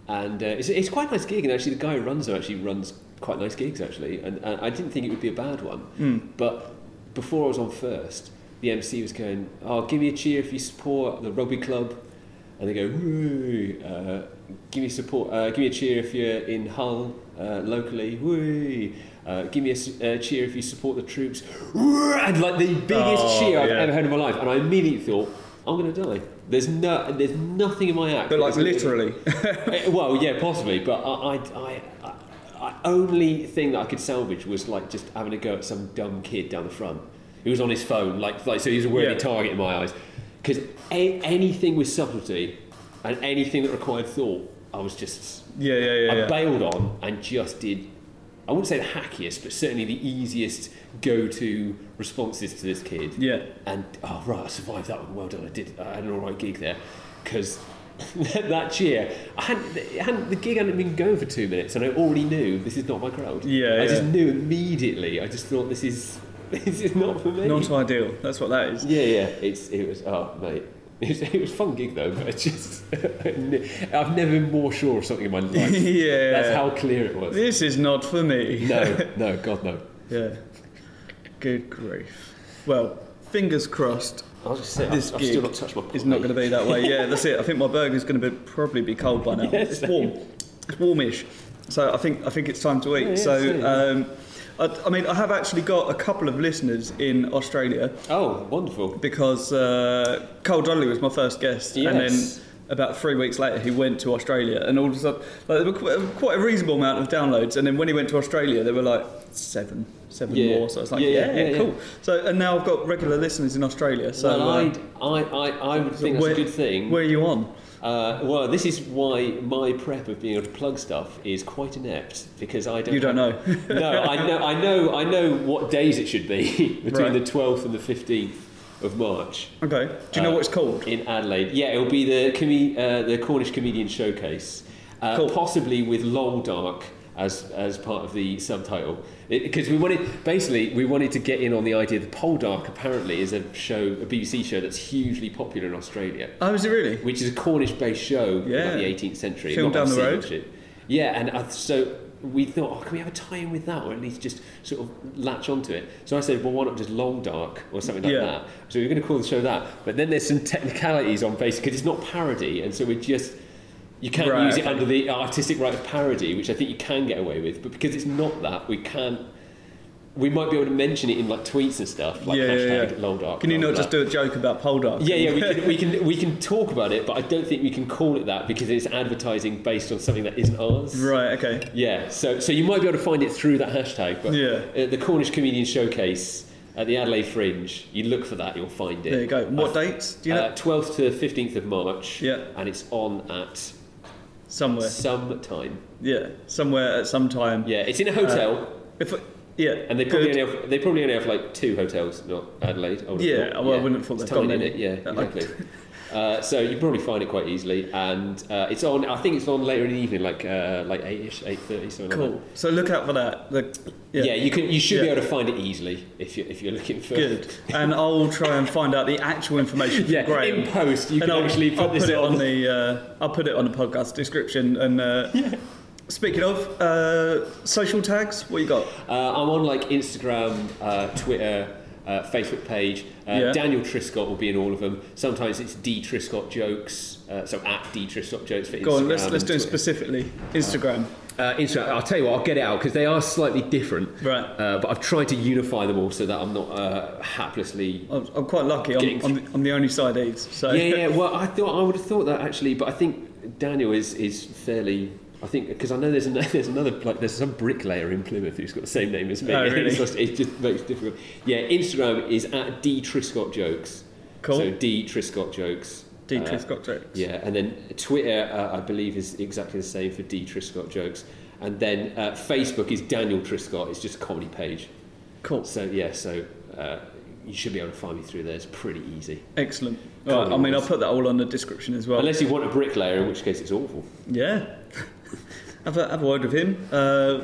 Speaker 2: and uh, it's, it's quite a nice gig. And actually, the guy who runs it actually runs quite nice gigs actually, and uh, I didn't think it would be a bad one. But before I was on first, the MC was going, "Oh, give me a cheer if you support the rugby club," and they go, "Woo!" Uh, give me support. Uh, give me a cheer if you're in Hull uh, locally. Woo! Uh, give me a s- uh, cheer if you support the troops. Woo! And like the biggest
Speaker 1: Oh,
Speaker 2: cheer I've
Speaker 1: yeah.
Speaker 2: ever heard in my life, and I immediately thought, I'm going to die. There's no, there's nothing in my act.
Speaker 1: But like
Speaker 2: that's-
Speaker 1: literally.
Speaker 2: Eh, well, yeah, possibly, but I, I, I, I, I only thing that I could salvage was like just having a go at some dumb kid down the front who was on his phone, like, like so he was a worthy
Speaker 1: Yeah.
Speaker 2: target in my eyes, because a- anything with subtlety and anything that required thought, I was just
Speaker 1: Yeah, yeah, yeah.
Speaker 2: I
Speaker 1: yeah.
Speaker 2: bailed on and just did. I wouldn't say the hackiest, but certainly the easiest go-to responses to this kid.
Speaker 1: Yeah.
Speaker 2: And oh right, I survived that one. Well done. I did. I had an all right gig there, because that cheer. I hadn't, it hadn't. The gig hadn't been going for two minutes, and I already knew this is not my crowd.
Speaker 1: Yeah,
Speaker 2: I just
Speaker 1: yeah.
Speaker 2: knew immediately. I just thought this is this is not for me.
Speaker 1: Not ideal. That's what that is.
Speaker 2: Yeah, yeah. It's it was oh mate. It was, it was a fun gig though, but it's just I've never been more sure of something in my life.
Speaker 1: Yeah.
Speaker 2: That's how clear it was.
Speaker 1: This is not for me.
Speaker 2: No, no, God no.
Speaker 1: Yeah. Good grief. Well, fingers crossed.
Speaker 2: I was just saying,
Speaker 1: This
Speaker 2: I've, I've
Speaker 1: gig
Speaker 2: still not touched my.
Speaker 1: It's not going to be that way. Yeah, that's it. I think my burger's going to be probably be cold by now.
Speaker 2: Yeah,
Speaker 1: it's
Speaker 2: same.
Speaker 1: warm. It's warmish. So I think I think it's time to eat.
Speaker 2: yeah, same,
Speaker 1: so
Speaker 2: yeah.
Speaker 1: um, I, I mean, I have actually got a couple of listeners in Australia
Speaker 2: Oh, wonderful.
Speaker 1: because uh, Cole Donnelly was my first guest, and
Speaker 2: Yes.
Speaker 1: then about three weeks later he went to Australia, and all of a sudden like, there were qu- quite a reasonable amount of downloads, and then when he went to Australia there were like seven, seven
Speaker 2: Yeah.
Speaker 1: more. So I was like,
Speaker 2: Yeah,
Speaker 1: yeah,
Speaker 2: yeah, yeah, yeah.
Speaker 1: cool. So and now I've got regular listeners in Australia. So
Speaker 2: well,
Speaker 1: uh,
Speaker 2: I'd, I, I, I would think that's
Speaker 1: where-
Speaker 2: a good thing.
Speaker 1: Where are you on?
Speaker 2: Uh, well, this is why my prep of being able to plug stuff is quite inept because I don't.
Speaker 1: You don't know.
Speaker 2: no, I know, I know, I know what days it should be
Speaker 1: Right.
Speaker 2: between the twelfth and the fifteenth of March
Speaker 1: Okay. Do you know
Speaker 2: Uh,
Speaker 1: what it's called?
Speaker 2: in Adelaide. Yeah, it'll be the com- uh, the Cornish Comedian Showcase, uh,
Speaker 1: Cool.
Speaker 2: possibly with Long Dark as as part of the subtitle because we wanted basically we wanted to get in on the idea that Poldark apparently is a show a BBC show that's hugely popular in Australia
Speaker 1: Oh, is it really?
Speaker 2: which is a Cornish-based show
Speaker 1: Yeah.
Speaker 2: about the 18th century.
Speaker 1: Filmed
Speaker 2: not
Speaker 1: down the
Speaker 2: obscene
Speaker 1: road.
Speaker 2: shit. Yeah, and I, so we thought, oh, can we have a tie-in with that, or at least just sort of latch onto it? So I said, well, why not just Long Dark or something like
Speaker 1: Yeah.
Speaker 2: that? So we were going to call the show that, but then there's some technicalities on base because it's not parody, and so we just. You can't
Speaker 1: Right,
Speaker 2: use it
Speaker 1: okay.
Speaker 2: under the artistic right of parody, which I think you can get away with, but because it's not that, we can't. We might be able to mention it in like tweets and stuff, like
Speaker 1: Yeah, yeah,
Speaker 2: hashtag
Speaker 1: yeah.
Speaker 2: Long Dark.
Speaker 1: Can you
Speaker 2: blah,
Speaker 1: not
Speaker 2: blah,
Speaker 1: just do a joke about Poldark?
Speaker 2: yeah, yeah, we can, we can we can talk about it, but I don't think we can call it that because it's advertising based on something that isn't ours.
Speaker 1: Right. Okay.
Speaker 2: Yeah. So so you might be able to find it through that hashtag, but
Speaker 1: Yeah.
Speaker 2: uh, the Cornish Comedian Showcase at the Adelaide Fringe. You look for that, you'll find it. Uh,
Speaker 1: There you go. What dates? Do you know?
Speaker 2: Twelfth to fifteenth of March.
Speaker 1: Yeah.
Speaker 2: And it's on at
Speaker 1: somewhere.
Speaker 2: some time.
Speaker 1: Yeah. Somewhere at some time.
Speaker 2: Yeah, it's in a
Speaker 1: Uh,
Speaker 2: hotel,
Speaker 1: If yeah.
Speaker 2: and they
Speaker 1: good.
Speaker 2: probably only have, they probably only have like two hotels, not Adelaide. I would have
Speaker 1: Yeah,
Speaker 2: thought.
Speaker 1: well, I wouldn't have thought
Speaker 2: it's
Speaker 1: they'd
Speaker 2: tiny,
Speaker 1: gone
Speaker 2: isn't it?
Speaker 1: there.
Speaker 2: Yeah,
Speaker 1: Uh, I-
Speaker 2: exactly. Uh, so you probably find it quite easily, and uh, it's on. I think it's on later in the evening, like uh, like eight-ish, eight thirty, something like
Speaker 1: Cool.
Speaker 2: that.
Speaker 1: So look out for that. The,
Speaker 2: Yeah. you can. You should be
Speaker 1: Yeah.
Speaker 2: able to find it easily if you if you're looking for.
Speaker 1: Good. And I'll try and find out the actual information from
Speaker 2: Yeah,
Speaker 1: Graham.
Speaker 2: in post you
Speaker 1: and
Speaker 2: can
Speaker 1: I'll,
Speaker 2: actually put
Speaker 1: I'll
Speaker 2: this
Speaker 1: put it
Speaker 2: on.
Speaker 1: on the uh, I'll put it on the podcast description. And uh, speaking of uh, social tags, what you got?
Speaker 2: Uh, I'm on like Instagram, uh, Twitter, uh, Facebook page. Uh,
Speaker 1: Yeah.
Speaker 2: Daniel Triscott will be in all of them. Sometimes it's D Triscott jokes, uh, so at D Triscott jokes for Instagram.
Speaker 1: Go on. Let's let's
Speaker 2: and
Speaker 1: do it
Speaker 2: Twitter.
Speaker 1: specifically. Instagram.
Speaker 2: Uh, Instagram. I'll tell you what. I'll get it out because they are slightly different.
Speaker 1: Right.
Speaker 2: Uh, but I've tried to unify them all so that I'm not uh, haplessly.
Speaker 1: I'm, I'm quite lucky. I'm,
Speaker 2: Gigs.
Speaker 1: I'm, the, I'm the only side Eves. So
Speaker 2: Yeah, yeah. Well, I thought I would have thought that actually, but I think Daniel is is fairly. I think because I know there's another, there's another like there's some bricklayer in Plymouth who's got the same name as me.
Speaker 1: Oh, really?
Speaker 2: It's just- it just makes it difficult. Yeah, Instagram is at D Triscott jokes.
Speaker 1: Cool.
Speaker 2: So D Triscott jokes.
Speaker 1: D.
Speaker 2: Uh,
Speaker 1: Triscott jokes.
Speaker 2: Yeah, and then Twitter, uh, I believe, is exactly the same for D Triscott jokes, and then uh, Facebook is Daniel Triscott. It's just a comedy page.
Speaker 1: Cool.
Speaker 2: So yeah, so uh, you should be able to find me through there. It's pretty easy,
Speaker 1: Excellent. All right, I mean, I'll put that all on the description as well.
Speaker 2: unless you want a bricklayer, in which case it's awful.
Speaker 1: Yeah. have, a, have a word with him. Uh,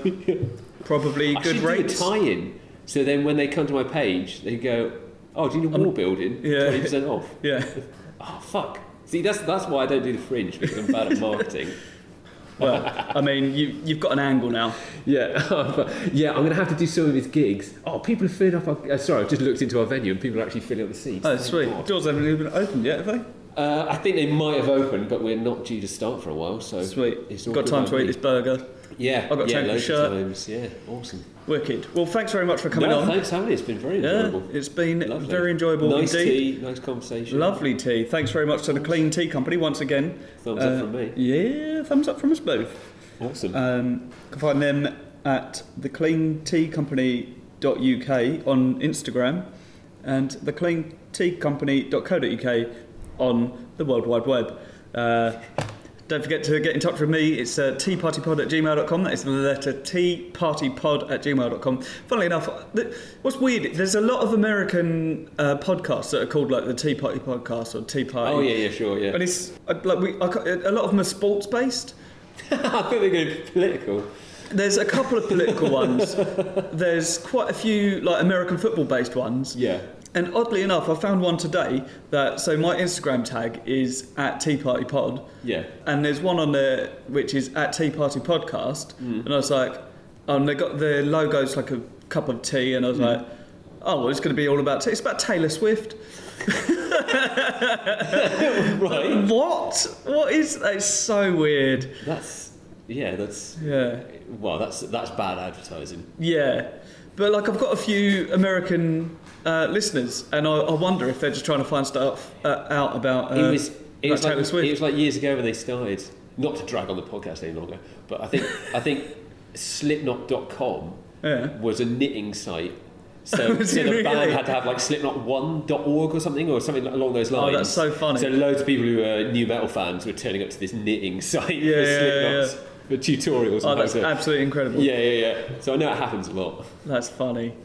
Speaker 1: probably
Speaker 2: I
Speaker 1: good
Speaker 2: should
Speaker 1: rates.
Speaker 2: do a tie-in. So then when they come to my page, they go, "Oh, do you know wall building?
Speaker 1: Um, Yeah.
Speaker 2: Twenty percent off."
Speaker 1: Yeah.
Speaker 2: Oh fuck! See, that's that's why I don't do the fringe because I'm bad at marketing.
Speaker 1: Well, I mean, you, you've got an angle now.
Speaker 2: Yeah, oh, yeah, I'm going to have to do some of his gigs. Oh, people are filling up. Our, uh, sorry, I've just looked into our venue and people are actually filling up the seats.
Speaker 1: Oh,
Speaker 2: Thank
Speaker 1: sweet.
Speaker 2: God.
Speaker 1: Doors haven't even opened yet, have they?
Speaker 2: Uh, I think they might have opened, but we're not due to start for a while, so
Speaker 1: Sweet.
Speaker 2: It's all
Speaker 1: got
Speaker 2: good
Speaker 1: time
Speaker 2: by
Speaker 1: to eat
Speaker 2: me.
Speaker 1: this burger.
Speaker 2: Yeah,
Speaker 1: I've got
Speaker 2: yeah,
Speaker 1: time for
Speaker 2: loads
Speaker 1: shirt.
Speaker 2: of times. Yeah, awesome.
Speaker 1: Wicked. Well, thanks very much for coming
Speaker 2: no,
Speaker 1: on.
Speaker 2: thanks, Harry. It's been very
Speaker 1: yeah,
Speaker 2: enjoyable.
Speaker 1: it's been
Speaker 2: Lovely.
Speaker 1: very enjoyable
Speaker 2: Nice
Speaker 1: indeed.
Speaker 2: tea, nice conversation.
Speaker 1: Lovely tea. Thanks very much to the Clean Tea Company once again. Uh,
Speaker 2: Thumbs up from me.
Speaker 1: Yeah, thumbs up from us both.
Speaker 2: Awesome.
Speaker 1: Um, you can find them at thecleanteacompany.uk on Instagram and thecleanteacompany.co.uk on the World Wide Web. Uh, don't forget to get in touch with me. It's uh, teapartypod at gmail.com. That is the letter teapartypod at gmail.com. Funnily enough, th- what's weird, there's a lot of American uh, podcasts that are called like the Tea Party Podcast or Tea Party.
Speaker 2: oh yeah, yeah, sure, yeah.
Speaker 1: And it's uh, like we, I, ca- a lot of them are sports based.
Speaker 2: I thought they were going to be political.
Speaker 1: There's a couple of political ones. There's quite a few like American football based ones.
Speaker 2: Yeah.
Speaker 1: And oddly enough, I found one today that so my Instagram tag is at Tea Party Pod,
Speaker 2: Yeah.
Speaker 1: and there's one on there which is at Tea Party Podcast, and I was like, oh, and they got the logo's like a cup of tea, and I was like, oh, well, it's going to be all about tea. It's about Taylor Swift.
Speaker 2: Right.
Speaker 1: What? What is that? It's so weird.
Speaker 2: That's yeah. That's
Speaker 1: Yeah.
Speaker 2: well. That's that's bad advertising.
Speaker 1: Yeah, but like I've got a few American uh, listeners, and I, I wonder if they're just trying to find stuff uh, out about. Uh,
Speaker 2: it was it
Speaker 1: about
Speaker 2: was,
Speaker 1: Taylor
Speaker 2: like,
Speaker 1: Swift.
Speaker 2: it was like years ago when they started. Not to drag on the podcast any longer, but I think I think Slipknot.com
Speaker 1: Yeah.
Speaker 2: was a knitting site. So,
Speaker 1: Was
Speaker 2: so
Speaker 1: it
Speaker 2: the
Speaker 1: really?
Speaker 2: band had to have like slipknot1.org or something or something along those
Speaker 1: Oh,
Speaker 2: lines.
Speaker 1: that's so funny.
Speaker 2: So loads of people who were new metal fans were turning up to this knitting site
Speaker 1: Yeah,
Speaker 2: for
Speaker 1: yeah,
Speaker 2: Slipknot's for tutorials.
Speaker 1: oh,
Speaker 2: and
Speaker 1: that's
Speaker 2: that. So-
Speaker 1: absolutely incredible.
Speaker 2: yeah, yeah, yeah. So I know it happens a lot.
Speaker 1: That's funny.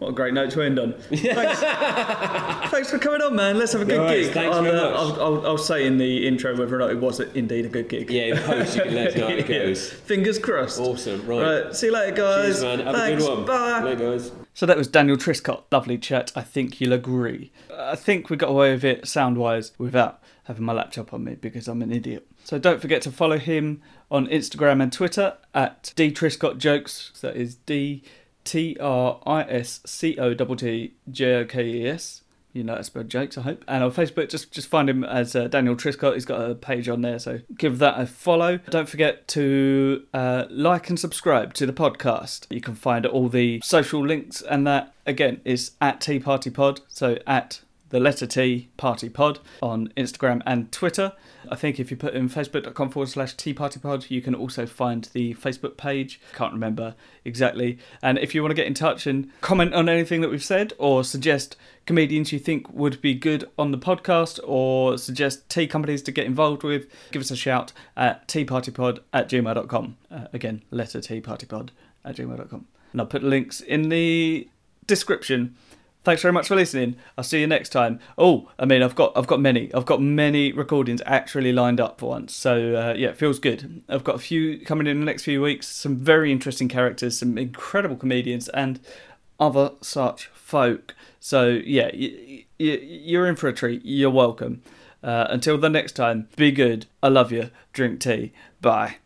Speaker 1: What a great note to end on. Thanks, thanks for coming on, man. Let's have a good
Speaker 2: No worries,
Speaker 1: gig.
Speaker 2: thanks
Speaker 1: I'll,
Speaker 2: very
Speaker 1: uh,
Speaker 2: much.
Speaker 1: I'll, I'll, I'll say in the intro whether or not it was indeed a good gig.
Speaker 2: Yeah, in post you can let us know how it goes.
Speaker 1: Fingers crossed.
Speaker 2: Awesome, right.
Speaker 1: Right, see you later, guys.
Speaker 2: Cheers, man. Have
Speaker 1: Thanks.
Speaker 2: a good one.
Speaker 1: Bye.
Speaker 2: Later, guys.
Speaker 6: So that was Daniel Triscott. Lovely chat. I think you'll agree. I think we got away with it sound wise without having my laptop on me because I'm an idiot. So don't forget to follow him on Instagram and Twitter at D Triscott Jokes. That is D T R I S C O T T J O K E S. You know that's spelled jokes, I hope. And on Facebook, just just find him as uh, Daniel Triscott. He's got a page on there, so give that a follow. Don't forget to uh, like and subscribe to the podcast. You can find all the social links and that again is at Tea Party Pod. So at the letter T Party Pod on Instagram and Twitter. I think if you put in facebook.com forward slash Tea Party Pod, you can also find the Facebook page. Can't remember exactly. And if you want to get in touch and comment on anything that we've said or suggest comedians you think would be good on the podcast or suggest tea companies to get involved with, give us a shout at teapartypod at gmail.com. Uh, again, letter teapartypod at gmail.com. And I'll put links in the description. Thanks very much for listening. I'll see you next time. Oh, I mean, I've got I've got many I've got many recordings actually lined up for once. So uh, yeah, it feels good. I've got a few coming in the next few weeks. Some very interesting characters, some incredible comedians, and other such folk. So yeah, y- y- you're in for a treat. You're welcome. Uh, until the next time, be good. I love you. Drink tea. Bye.